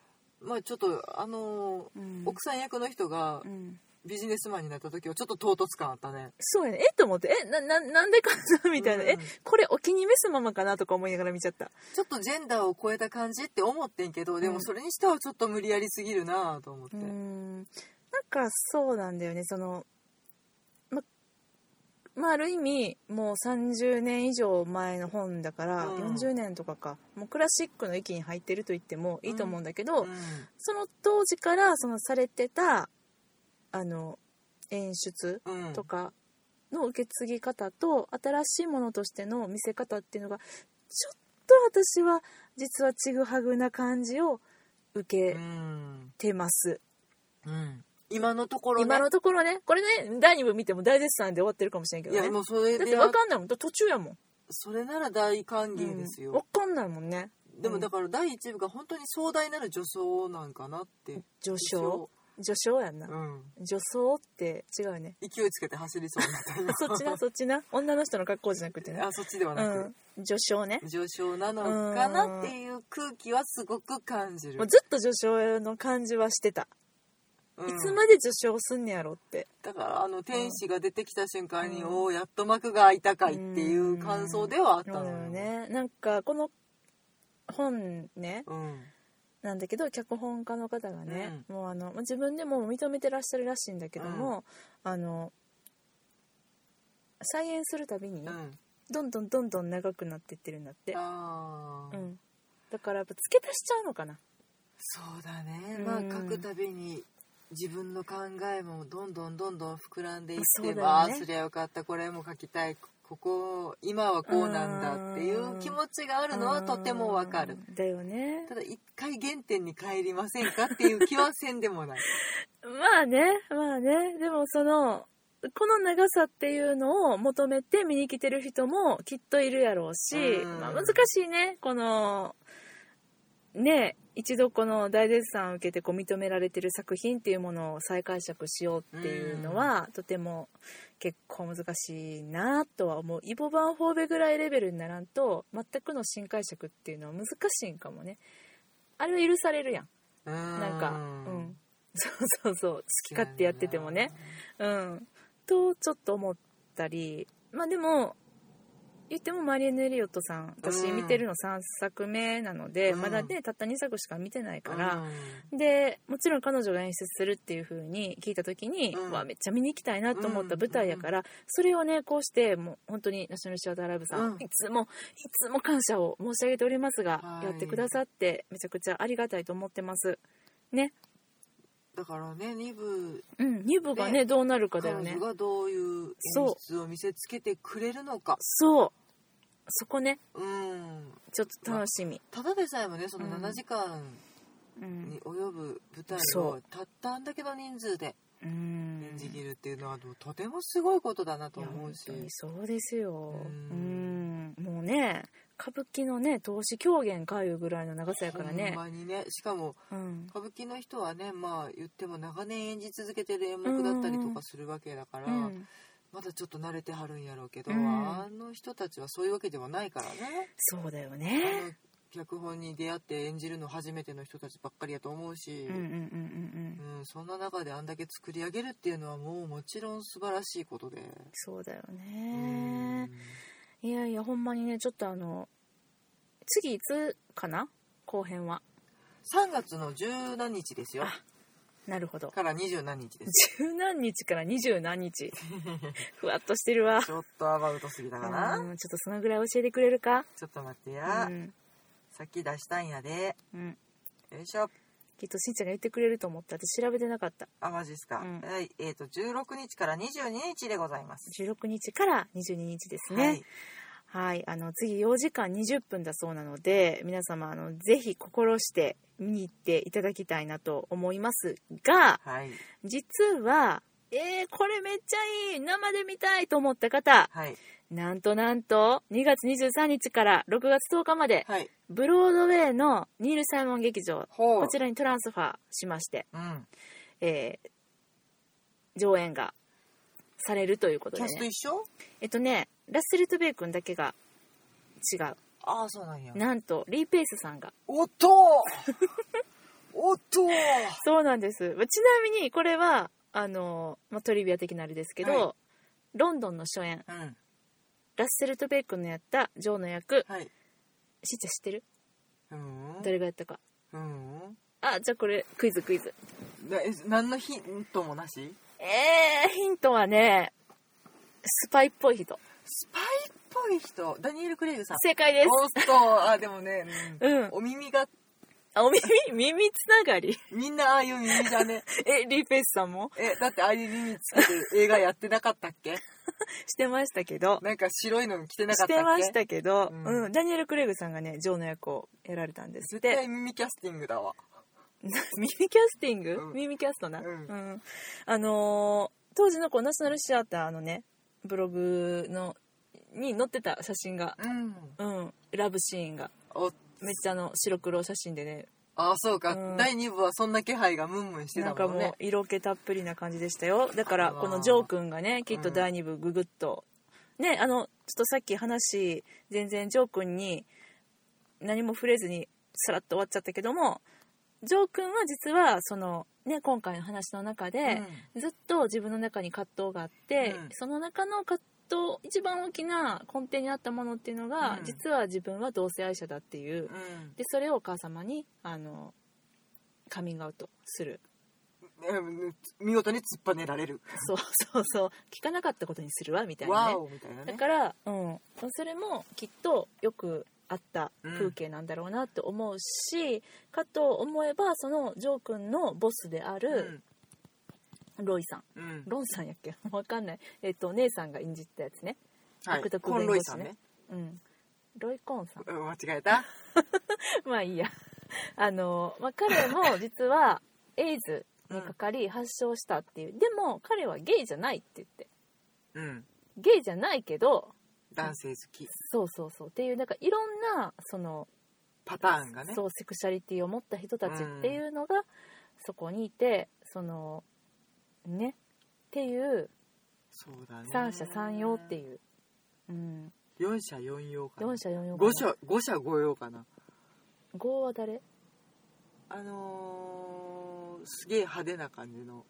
B: まあちょっとあのー
A: うん
B: 奥さん役の人が
A: うん
B: ビジネスマンになった時はちょっと唐突感あったね
A: そうやねえと思ってえなななんでかなみたいな、え
B: うん
A: これお気に召すままかなとか思いながら見ちゃった
B: ちょっとジェンダーを超えた感じって思ってんけどで
A: うん
B: もそれにしてはちょっと無理やりすぎるなぁと思って、
A: うーんなんかそうなんだよねそのままあある意味もう30年以上前の本だから、
B: うん
A: 40年とかかもうクラシックの域に入ってると言ってもいいと思うんだけど、
B: う
A: その当時からそのされてたあの演出
B: んうん
A: とかの受け継ぎ方と新しいものとしての見せ方っていうのがちょっと私は実はちぐはぐな感じを受
B: う
A: け
B: ん
A: てます。
B: うん今のところね
A: 今のところねこれね第2部見ても大絶賛で終わってるかもしれんけ
B: い
A: ど
B: や
A: ね
B: もうそれ
A: だっ
B: で
A: て分かんないもんだって途中やもん、
B: それなら大歓
A: うん、
B: 迎ですよ、
A: 分かんないもんね
B: でも
A: うん
B: だから第一部が本当に壮大なる女装なんかなって
A: 序章序章やんな
B: 一応うん
A: 序章って違う ね
B: 勢いつけて走りそうになった今
A: そっちなそっちな女の人の格好じゃなくてね
B: あそっちではなく、
A: うん序章ね
B: 上昇なのかなっていう空気はすごく感じる、
A: もうずっと序章の感じはしてた、
B: うん
A: いつまで序章すんねやろって
B: だからあの天使が出てきた瞬間に、
A: うん
B: おおやっと幕が開いたかいっていう感想ではあった
A: そう
B: の
A: だ
B: よ
A: よ、ねなんかこの本ね
B: うん、
A: なんだけど脚本家の方がね、もうあのまあ自分でも認めてらっしゃるらしいんだけども、あの再演するたびに
B: うん、
A: どんどんどんどん長くなってってるんだって、
B: あ
A: う
B: ー、
A: ん、だからやっぱ付け足しちゃうのかな
B: そうだね、
A: うん
B: まあ書くたびに自分の考えもどんどんどんどん膨らんでいっ
A: そうだ
B: て、
A: よね
B: まあすりゃよかったこれも書きたいここ今はこうなんだっていう気持ちがあるのはとてもわかる
A: うんだよね
B: ただ一回原点に帰りませんかっていう気はせんでもない
A: まあねまあねでもそのこの長さっていうのを求めて見に来てる人もきっといるやろうし、
B: うん
A: まあ、難しいねこのね一度この大絶賛を受けてこう認められてる作品っていうものを再解釈しようっていうのは、とても結構難しいなとは思うイボ・バン・フォーベぐらいレベルにならんと全くの新解釈っていうのは難しいんかもねあれは許されるやん
B: な
A: なんか、うん、 そうそうそう好き勝手やっててもね、うん、とちょっと思ったりまあでも言ってもマリエヌ・エリオットさん私
B: うん
A: 見てるの3作目なので、
B: うん
A: まだねたった2作しか見てない
B: うん
A: から、でもちろん彼女が演出するっていう風に聞いた時に、
B: うん
A: わめっちゃ見に行きたいなと思った舞台やから、それをねこうしてもう本当にナショナルシアターライブさん、
B: うん
A: いつもいつも感謝を申し上げておりますが、
B: はい
A: やってくださってめちゃくちゃありがたいと思ってますね
B: だからね2部
A: うん2部がね
B: ね
A: どうなるかだ
B: 彼
A: よね
B: 女がどういう演出を見せつけてくれるのか
A: そうそこね
B: うん
A: ちょっと楽しみ、
B: ただでさえもねその
A: うん
B: 7時間
A: うん
B: に及ぶ舞台
A: そ
B: をたったあんだけの人数で
A: うん
B: 演じ切るっていうのはもうとてもすごいことだなと
A: いや
B: 思
A: 本
B: うし
A: 当にそうですよ
B: う
A: うんもうね歌舞伎のね投資狂言かいうぐらいの長さやからね
B: ほんまにねしかも
A: うん
B: 歌舞伎の人はねまあ言っても長年演じ続けてる演目だったりとかするわけだから、
A: うん
B: まだちょっと慣れてはるんやろうけど、
A: うん
B: あの人たちはそういうわけではないからね
A: そうだよ
B: あ
A: ね
B: の脚本に出会って演じるの初めての人たちばっかりやと思うし、
A: うんうんうんうんうん
B: うんそんな中であんだけ作り上げるっていうのはもうもちろん素晴らしいことで、
A: そうだよ
B: うん
A: ねいやいやほんまにねちょっとあの次いつかな後編は
B: 3月の十何日ですよ
A: あなるほど
B: から二十何日 です
A: 十何日から二十何日ふわっとしてるわ
B: ちょっとアバウトすぎたかな、
A: うんちょっとそのぐらい教えてくれるか
B: ちょっと待ってや、
A: うん
B: さっき出したんやで
A: うん、
B: よいしょ
A: きっとしんちゃんが言ってくれると思って私調べてなかった
B: あマジっすか、
A: うん
B: はいえっ、と16日から22日でございます
A: 16日から22日ですねはい、あの次4時間20分だそうなので皆様あのぜひ心して見に行っていただきたいなと思いますが
B: はい
A: 実はえー、これめっちゃいい生で見たいと思った方
B: はい
A: なんとなんと2月23日から6月10日まで
B: はい
A: ブロードウェイのニール・サイモン劇場
B: ほう
A: こちらにトランスファーしまして
B: うん
A: えー上演がされるということ
B: キ
A: で
B: ャスト
A: ね
B: 一緒
A: えっとねラッセル・トゥベイ君だけが違う
B: ああそうなんや
A: なんとリー・ペイスさんが
B: おっ とおっと
A: そうなんですまあちなみにこれはあの、まあ、トリビア的なあれですけど、
B: は
A: ロンドンの初演
B: うん
A: ラッセル・トゥベイ君のやったジョーの役
B: はい
A: しんちゃん知ってる
B: うん
A: 誰がやったか
B: うん
A: あじゃあこれクイズクイズ
B: なえ何のヒントもなし
A: えー、ヒントはねスパイっぽい人
B: スパイっぽい人ダニエル・クレイグさん
A: 正解です
B: おっとあでもね、うん
A: うん
B: お耳が
A: あお耳 耳つながり
B: みんなああいう耳じゃね
A: えリー・ペイスさんも
B: えだってああいう耳つけて映画やってなかったっけ
A: してましたけど
B: なんか白いの着てな
A: し
B: かったっけ
A: てましたけど、
B: う
A: うんんダニエル・クレイグさんがねジョーの役をやられたんですっ
B: 絶
A: て
B: 対耳キャスティングだわ
A: 耳キャスティング、
B: うん
A: 耳キャストな、
B: う
A: うんんあのー当時のこうナショナルシアターのねブログのに載ってた写真が、
B: うん
A: うん、ラブシーンが
B: お
A: めっちゃあの白黒写真でね
B: あそうか、
A: うん
B: 第2部はそんな気配がムンムンして
A: なん
B: た
A: か
B: もん
A: も
B: ね
A: う色気たっぷりな感じでしたよだからこのジョー君がねきっと第2部ググッと、ねあのちょっとさっき話全然ジョー君に何も触れずにさらっと終わっちゃったけどもジョー君は実はそのね今回の話の中で、ずっと自分の中に葛藤があって、
B: うん
A: その中の葛藤一番大きな根底にあったものっていうのが、
B: うん
A: 実は自分は同性愛者だっていう
B: うん、うん
A: でそれをお母様にあのカミングアウトする
B: うん見事に突っぱねられる、
A: そうそうそう聞かなかったことにするわみたいな
B: わ
A: ね
B: おみたいな
A: だ
B: ね
A: から、うん、それもきっとよくあった風景なんだろうなって思うし、かと思えばそのジョー君のボスであるロイさん、
B: うん、うん
A: ロンさんやっけ わかんないえっ、と姉さんが演じてたやつね
B: はい
A: 独特
B: コン
A: 弁
B: ロ
A: 護
B: イ
A: 士
B: さんね
A: ねうんロイコーンさん
B: うん間違えた
A: まあいいやあの、まあ、彼も実はエイズにかかり発症したっていう、でも彼はゲイじゃないって言って
B: うん
A: ゲイじゃないけど
B: 男性好き
A: そうそうそうっていうなんかいろんなその、
B: パターンがね
A: そうセクシャリティを持った人たちっていうのがそこにいてそのねっていう
B: そうだね
A: 三者三様っていう、うん、
B: 4社4用かな
A: 四者四様かな
B: 5社5社5用かな
A: 5は誰
B: あのーすげえ派手な感じの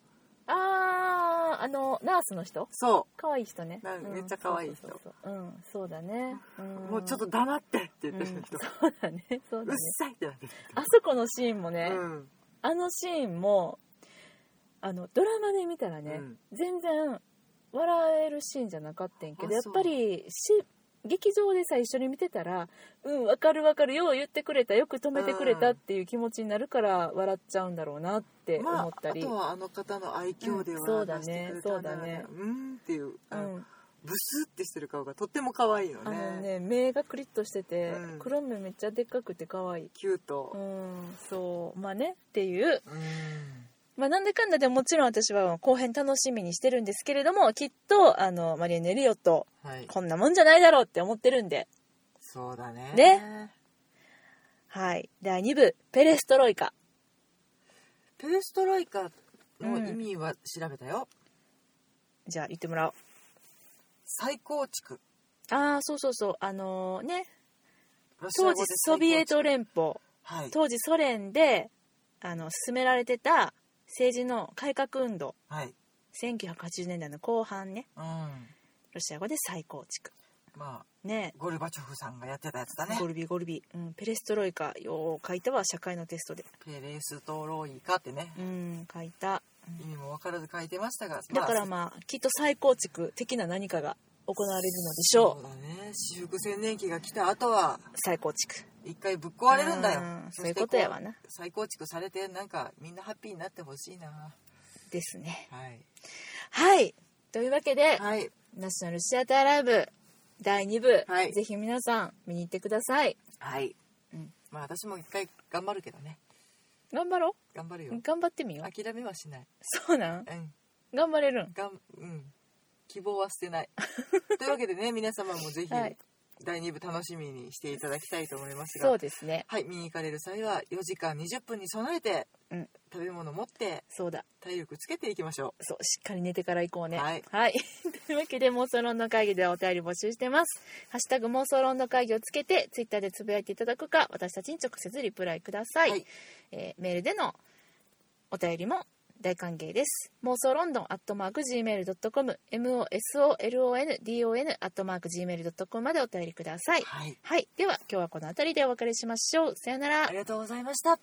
A: あーあのナースの人
B: そ
A: 可愛い人ね
B: なん
A: うん
B: めっちゃ可愛い人
A: そうそうそうそううんそうだね、
B: う、
A: ん
B: もうちょっと黙ってって言ってる 人、う
A: そうだねそうだね
B: っさいってなってる
A: あそこのシーンもね、
B: うん
A: あのシーンもあのドラマで見たらね、
B: うん
A: 全然笑えるシーンじゃなかったんやけどや
B: あ
A: っ
B: そう
A: ぱりし劇場でさ一緒に見てたら「うんわかるわかるよう言ってくれたよく止めてくれた」っていう気持ちになるから笑っちゃうんだろうなって思
B: まあ
A: っ、た
B: あ
A: り、
B: とはあの方の愛嬌で
A: う
B: は
A: んそうだね
B: 出してくれたんだろ
A: そう
B: うーんっていうあの、
A: うん
B: ブスってしてる顔がとっても可愛いよ
A: あのね
B: ね
A: 目がクリッとしてて、
B: うん
A: 黒目めっちゃでっかくて可愛い
B: キュー
A: う
B: ト、
A: んそうまあねっていう
B: うん
A: まあ、なんでかんだでもちろん私は後編楽しみにしてるんですけれどもきっとあのマリエネ・エリオット
B: はい
A: こんなもんじゃないだろうって思ってるんで、
B: そうだね
A: ねはい、第2部「ペレストロイカ
B: ペレストロイカの意味は調べたよ、」
A: じゃあ言ってもらおう
B: 再構築
A: ああそうそうそうあのーね
B: ロシ
A: 当
B: ア語
A: 時
B: で
A: ソビエト連邦
B: はい
A: 当時ソ連であの進められてた政治の改革運動
B: はい
A: 1980年代の後半ね
B: うん
A: ロシア語で再構築
B: まあ
A: ね
B: ゴルバチョフさんがやってたやつだね
A: ゴルビゴルビ、うん、ペレストロイカを書いたわ社会のテストで
B: ペレストロイカってね
A: うん書いた、うん
B: 意味も分からず書いてましたが
A: だからまあきっと再構築的な何かが行われるのでしょ
B: そううだね私服青年期が来た後は
A: 再構築
B: 一回ぶっ壊れるんだよ
A: うん
B: そ
A: そうい
B: し
A: う
B: て
A: ことやわな
B: こう再構築されてなんかみんなハッピーになってほしいな
A: ですね
B: はい
A: はいというわけで、
B: はい
A: ナショナルシアターライブ第2部、
B: はい
A: ぜひ皆さん見に行ってください
B: はい、
A: うん
B: まあ私も一回頑張るけどね
A: 頑張ろ
B: 頑張るよ
A: う頑張ってみよう
B: 諦めはしない
A: そうなん
B: うん
A: 頑張れるん
B: がんうん希望は捨てない というわけでね皆様もぜひ
A: はい
B: 第2部楽しみにしていただきたいと思いますが、
A: そうですね
B: はい見に行かれる際は4時間20分に備えて、
A: うん
B: 食べ物持って
A: そうだ
B: 体力つけていきましょ
A: そうしっかり寝てから行こうね
B: はい
A: というわ けで妄想論の会議ではお便り募集してます「ハッシュタグ妄想論の会議」をつけてツイッターでつぶやいていただくか私たちに直接リプライください、
B: はい
A: えーメールでのお便りも大歓迎です妄想ロンドンアットマーク Gmail.com MOSOLONDON アットマーク Gmail.com までお便りくださいう
B: はい
A: はいでは今日はこの辺りでお別れしましょうさよなら
B: ありがとうございました